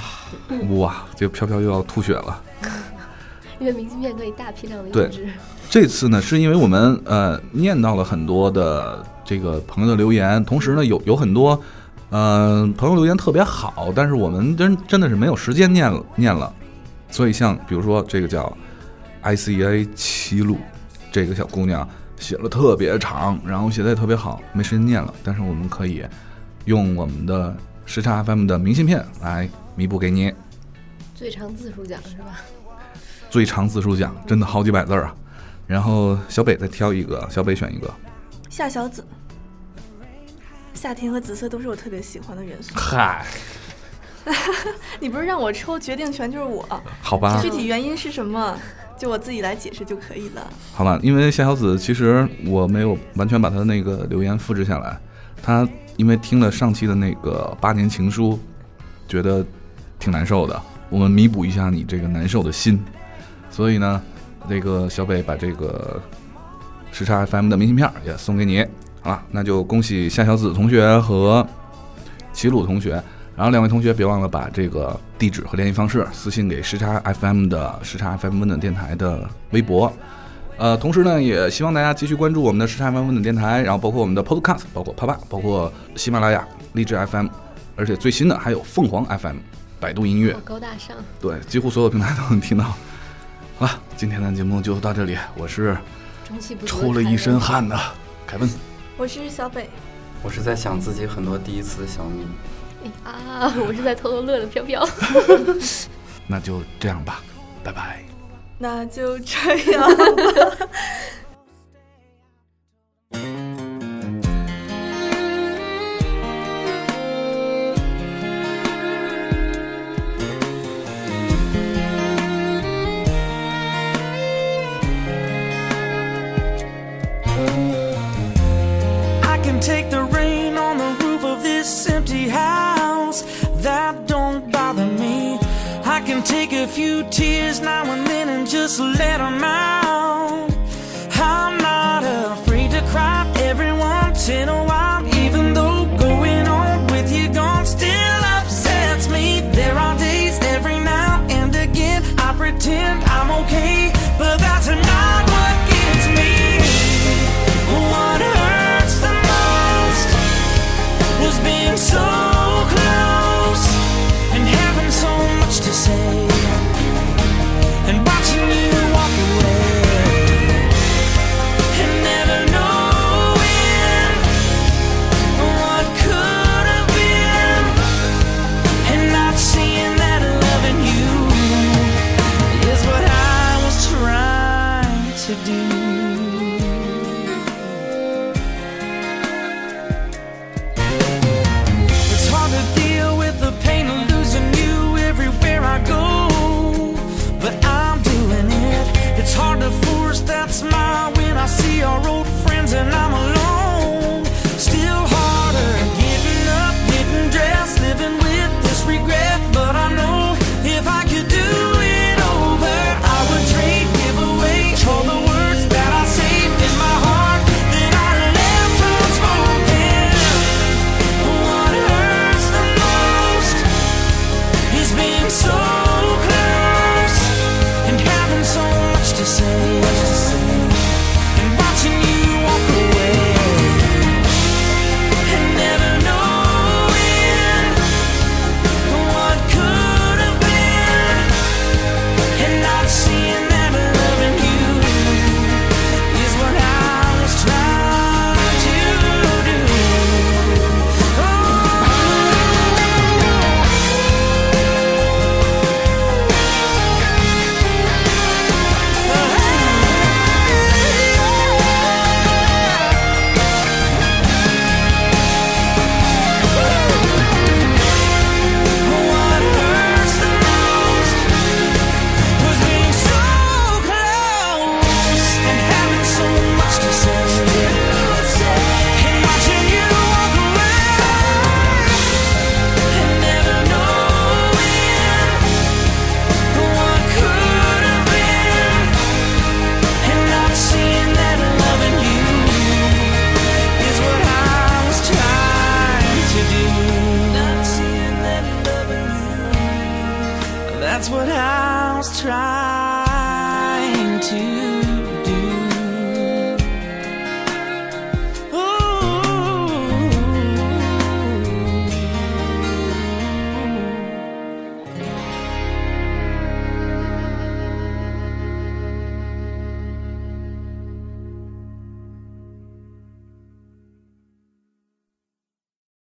Speaker 1: 哇，这飘飘又要吐血了。
Speaker 4: 因为明信片可以大批量的
Speaker 1: 对
Speaker 4: 印制。
Speaker 1: 这次呢，是因为我们呃念到了很多的这个朋友的留言，同时呢有有很多呃朋友留言特别好，但是我们真真的是没有时间念了念了，所以像比如说这个叫 ICA 七路这个小姑娘写了特别长，然后写的也特别好，没时间念了，但是我们可以用我们的时差 FM 的明信片来弥补给你
Speaker 4: 最长字数奖是吧？
Speaker 1: 最长字数奖，真的好几百字儿啊。然后小北再挑一个，小北选一个。
Speaker 2: 夏小紫，夏天和紫色都是我特别喜欢的元素。
Speaker 1: 嗨，
Speaker 2: 你不是让我抽决定权就是我，
Speaker 1: 好吧
Speaker 2: 具，体原因是什么，就我自己来解释就可以了。
Speaker 1: 好吧，因为夏小紫其实我没有完全把她的那个留言复制下来，她因为听了上期的那个八年情书，觉得挺难受的，我们弥补一下你这个难受的心，所以呢，这个小北把这个时差 FM 的明信片儿也送给你，好了，那就恭喜夏小紫同学和齐鲁同学。然后两位同学别忘了把这个地址和联系方式私信给时差 FM 的时差 FM 温暖电台的微博，呃，同时呢，也希望大家继续关注我们的时差 FM 温暖电台，然后包括我们的 Podcast，包括啪啪，包括喜马拉雅、荔枝 FM，而且最新的还有凤凰 FM、百度音乐
Speaker 4: 好，高大上，
Speaker 1: 对，几乎所有平台都能听到。好了，今天的节目就到这里，我是
Speaker 4: 中气不足。
Speaker 1: 出了一身。汗的凯文，
Speaker 2: 我是小北，
Speaker 3: 我是在想自己很多第一次的小米，
Speaker 4: 哎啊，我是在偷偷乐的飘 飘。
Speaker 1: 那就这样吧，拜拜。
Speaker 2: 那就这样。
Speaker 7: I can take the rain on the roof of this empty house. That don't bother me. I can take a few tears now and then and just let 'em out. I'm not afraid to cry every once in a while, even though going on with you gone still upsets me. There are days every now and again I pretend I'm okay, but that's not what gets me. What hurts the most was being so close and having so much to say and watching you walk away and never knowing what could have been and not seeing that loving you is what I was trying to do. It's hard to deal with the pain of losing you everywhere I go. But I'm doing it. It's hard to force that smile when I see our old friends and I'm alone. Still harder getting up, getting dressed, living with this regret. But I know if I could do it over, I would trade, give away all the words that. That's what I was trying to